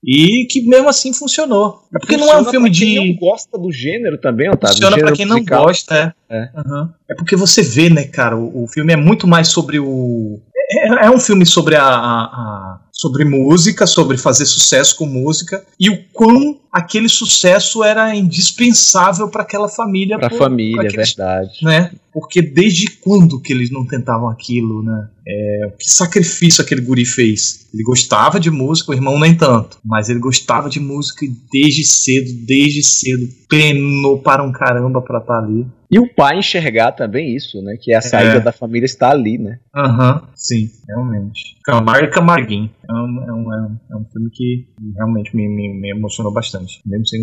E que mesmo assim funcionou. É porque não é um Funciona filme pra quem de não gosta do gênero também, Otávio. funciona pra Gênero quem não musical. gosta, é. É. Aham. É porque você vê, né, cara, o, o filme é muito mais sobre o é, é um filme sobre a, a- a- sobre música, sobre fazer sucesso com música e o quão aquele sucesso era indispensável pra aquela família Pra por- família, pra é aqueles verdade. né? Porque desde quando que eles não tentavam aquilo, né? É, que sacrifício aquele guri fez. Ele gostava de música, o irmão nem tanto, mas ele gostava de música e desde cedo, desde cedo, penou para um caramba pra estar ali. E o pai enxergar também isso, né? Que a saída É. da família está ali, né? Aham, sim, realmente. Camargo e Camarguinho. É um, é um, é um- é um filme que realmente me, me, me emocionou bastante. Mesmo sem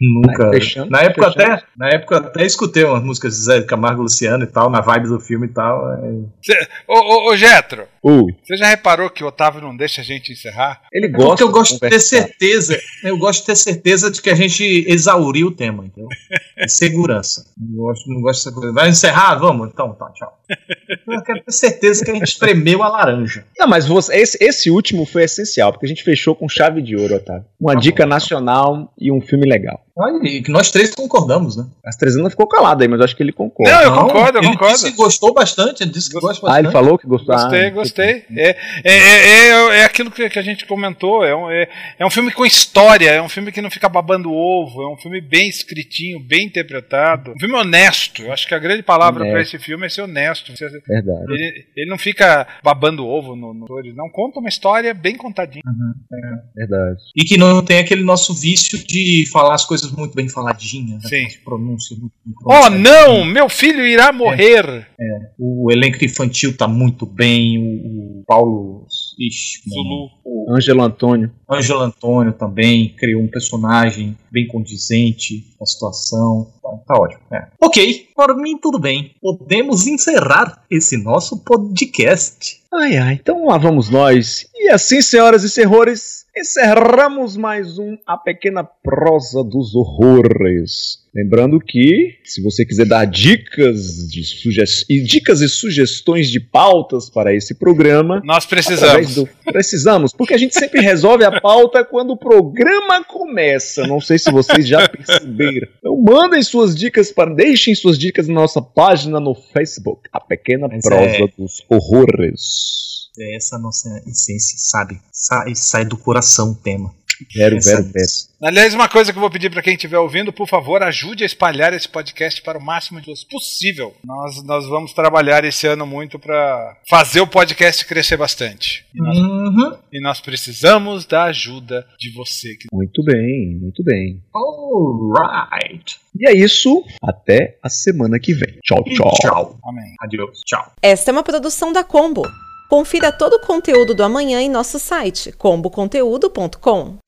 nunca. Fechando- na, época fechando. até, na época até escutei umas músicas de Zé Camargo e Luciano e tal, na vibe do filme e tal. é- Ô, ô, ô Getro, Ui, você já reparou que o Otávio não deixa a gente encerrar? ele gosta. É Porque eu de gosto de ter conversar. certeza, né? eu gosto de ter certeza de que a gente exauriu o tema, entendeu? É segurança. Não gosto, não gosto dessa coisa. Vai encerrar? Vamos, então, tá, tchau. Eu quero ter certeza que a gente espremeu a laranja. Não, mas você- esse, esse último foi essencial, porque a gente fechou com chave de ouro, Otávio. Uma Tá dica bom. nacional e um filme legal. Olha, e que nós três concordamos, né? As Trezana ficou calada aí, mas eu acho que ele concorda. Não, eu Não, concordo, eu ele concordo. Disse que gostou Tá, bastante, ele disse que gosta ah, ele bastante. falou que gostou. Gostei, Ah, gostei. É, é, é, é- é aquilo que que a gente comentou. É um, é, é um filme com história, é um filme que não fica babando ovo, é um filme bem escritinho, bem interpretado. Um filme honesto. Eu acho que a grande palavra Honesto. pra esse filme é ser honesto. Você- Verdade. Ele, ele não fica babando ovo no, no ele não conta uma história bem contadinha. Verdade. E que não tem aquele nosso vício de falar as coisas muito bem faladinhas, né? Sim. Que pronúncia muito bem Oh pronunciada. não, meu filho irá É. morrer. O elenco infantil tá muito bem, o, o Paulo. Ixi, meu nome. Zulu. Ângelo Antônio. O Ângelo Antônio também criou um personagem bem condizente com a situação. Tá, tá ótimo. é. Ok, por mim tudo bem. Podemos encerrar esse nosso podcast. Ai, ai, então lá vamos nós. E assim, senhoras e senhores, encerramos mais um A Pequena Prosa dos Horrores. Lembrando que, se você quiser dar dicas, de suges- e dicas e sugestões de pautas para esse programa, Nós Através precisamos. do- Precisamos, porque a gente sempre resolve a pauta quando o programa começa. Não sei se vocês já perceberam. Então mandem suas dicas para. Deixem suas dicas na nossa página no Facebook. A Pequena Mas Prosa é- dos Horrores. É essa a nossa essência, sabe? Sai, sai do coração o tema. Vero, Essa- vero, vero. Aliás, uma coisa que eu vou pedir para quem estiver ouvindo, por favor, ajude a espalhar esse podcast para o máximo de pessoas possível. Nós, nós vamos trabalhar esse ano muito para fazer o podcast crescer bastante. E nós, Uhum. e nós precisamos da ajuda de você. que- Muito bem, muito bem. Alright. E é isso. Até a semana que vem. Tchau, E tchau. tchau. Amém. Adeus. Tchau. Esta é uma produção da Combo. Confira todo o conteúdo do amanhã em nosso site comboconteúdo.com.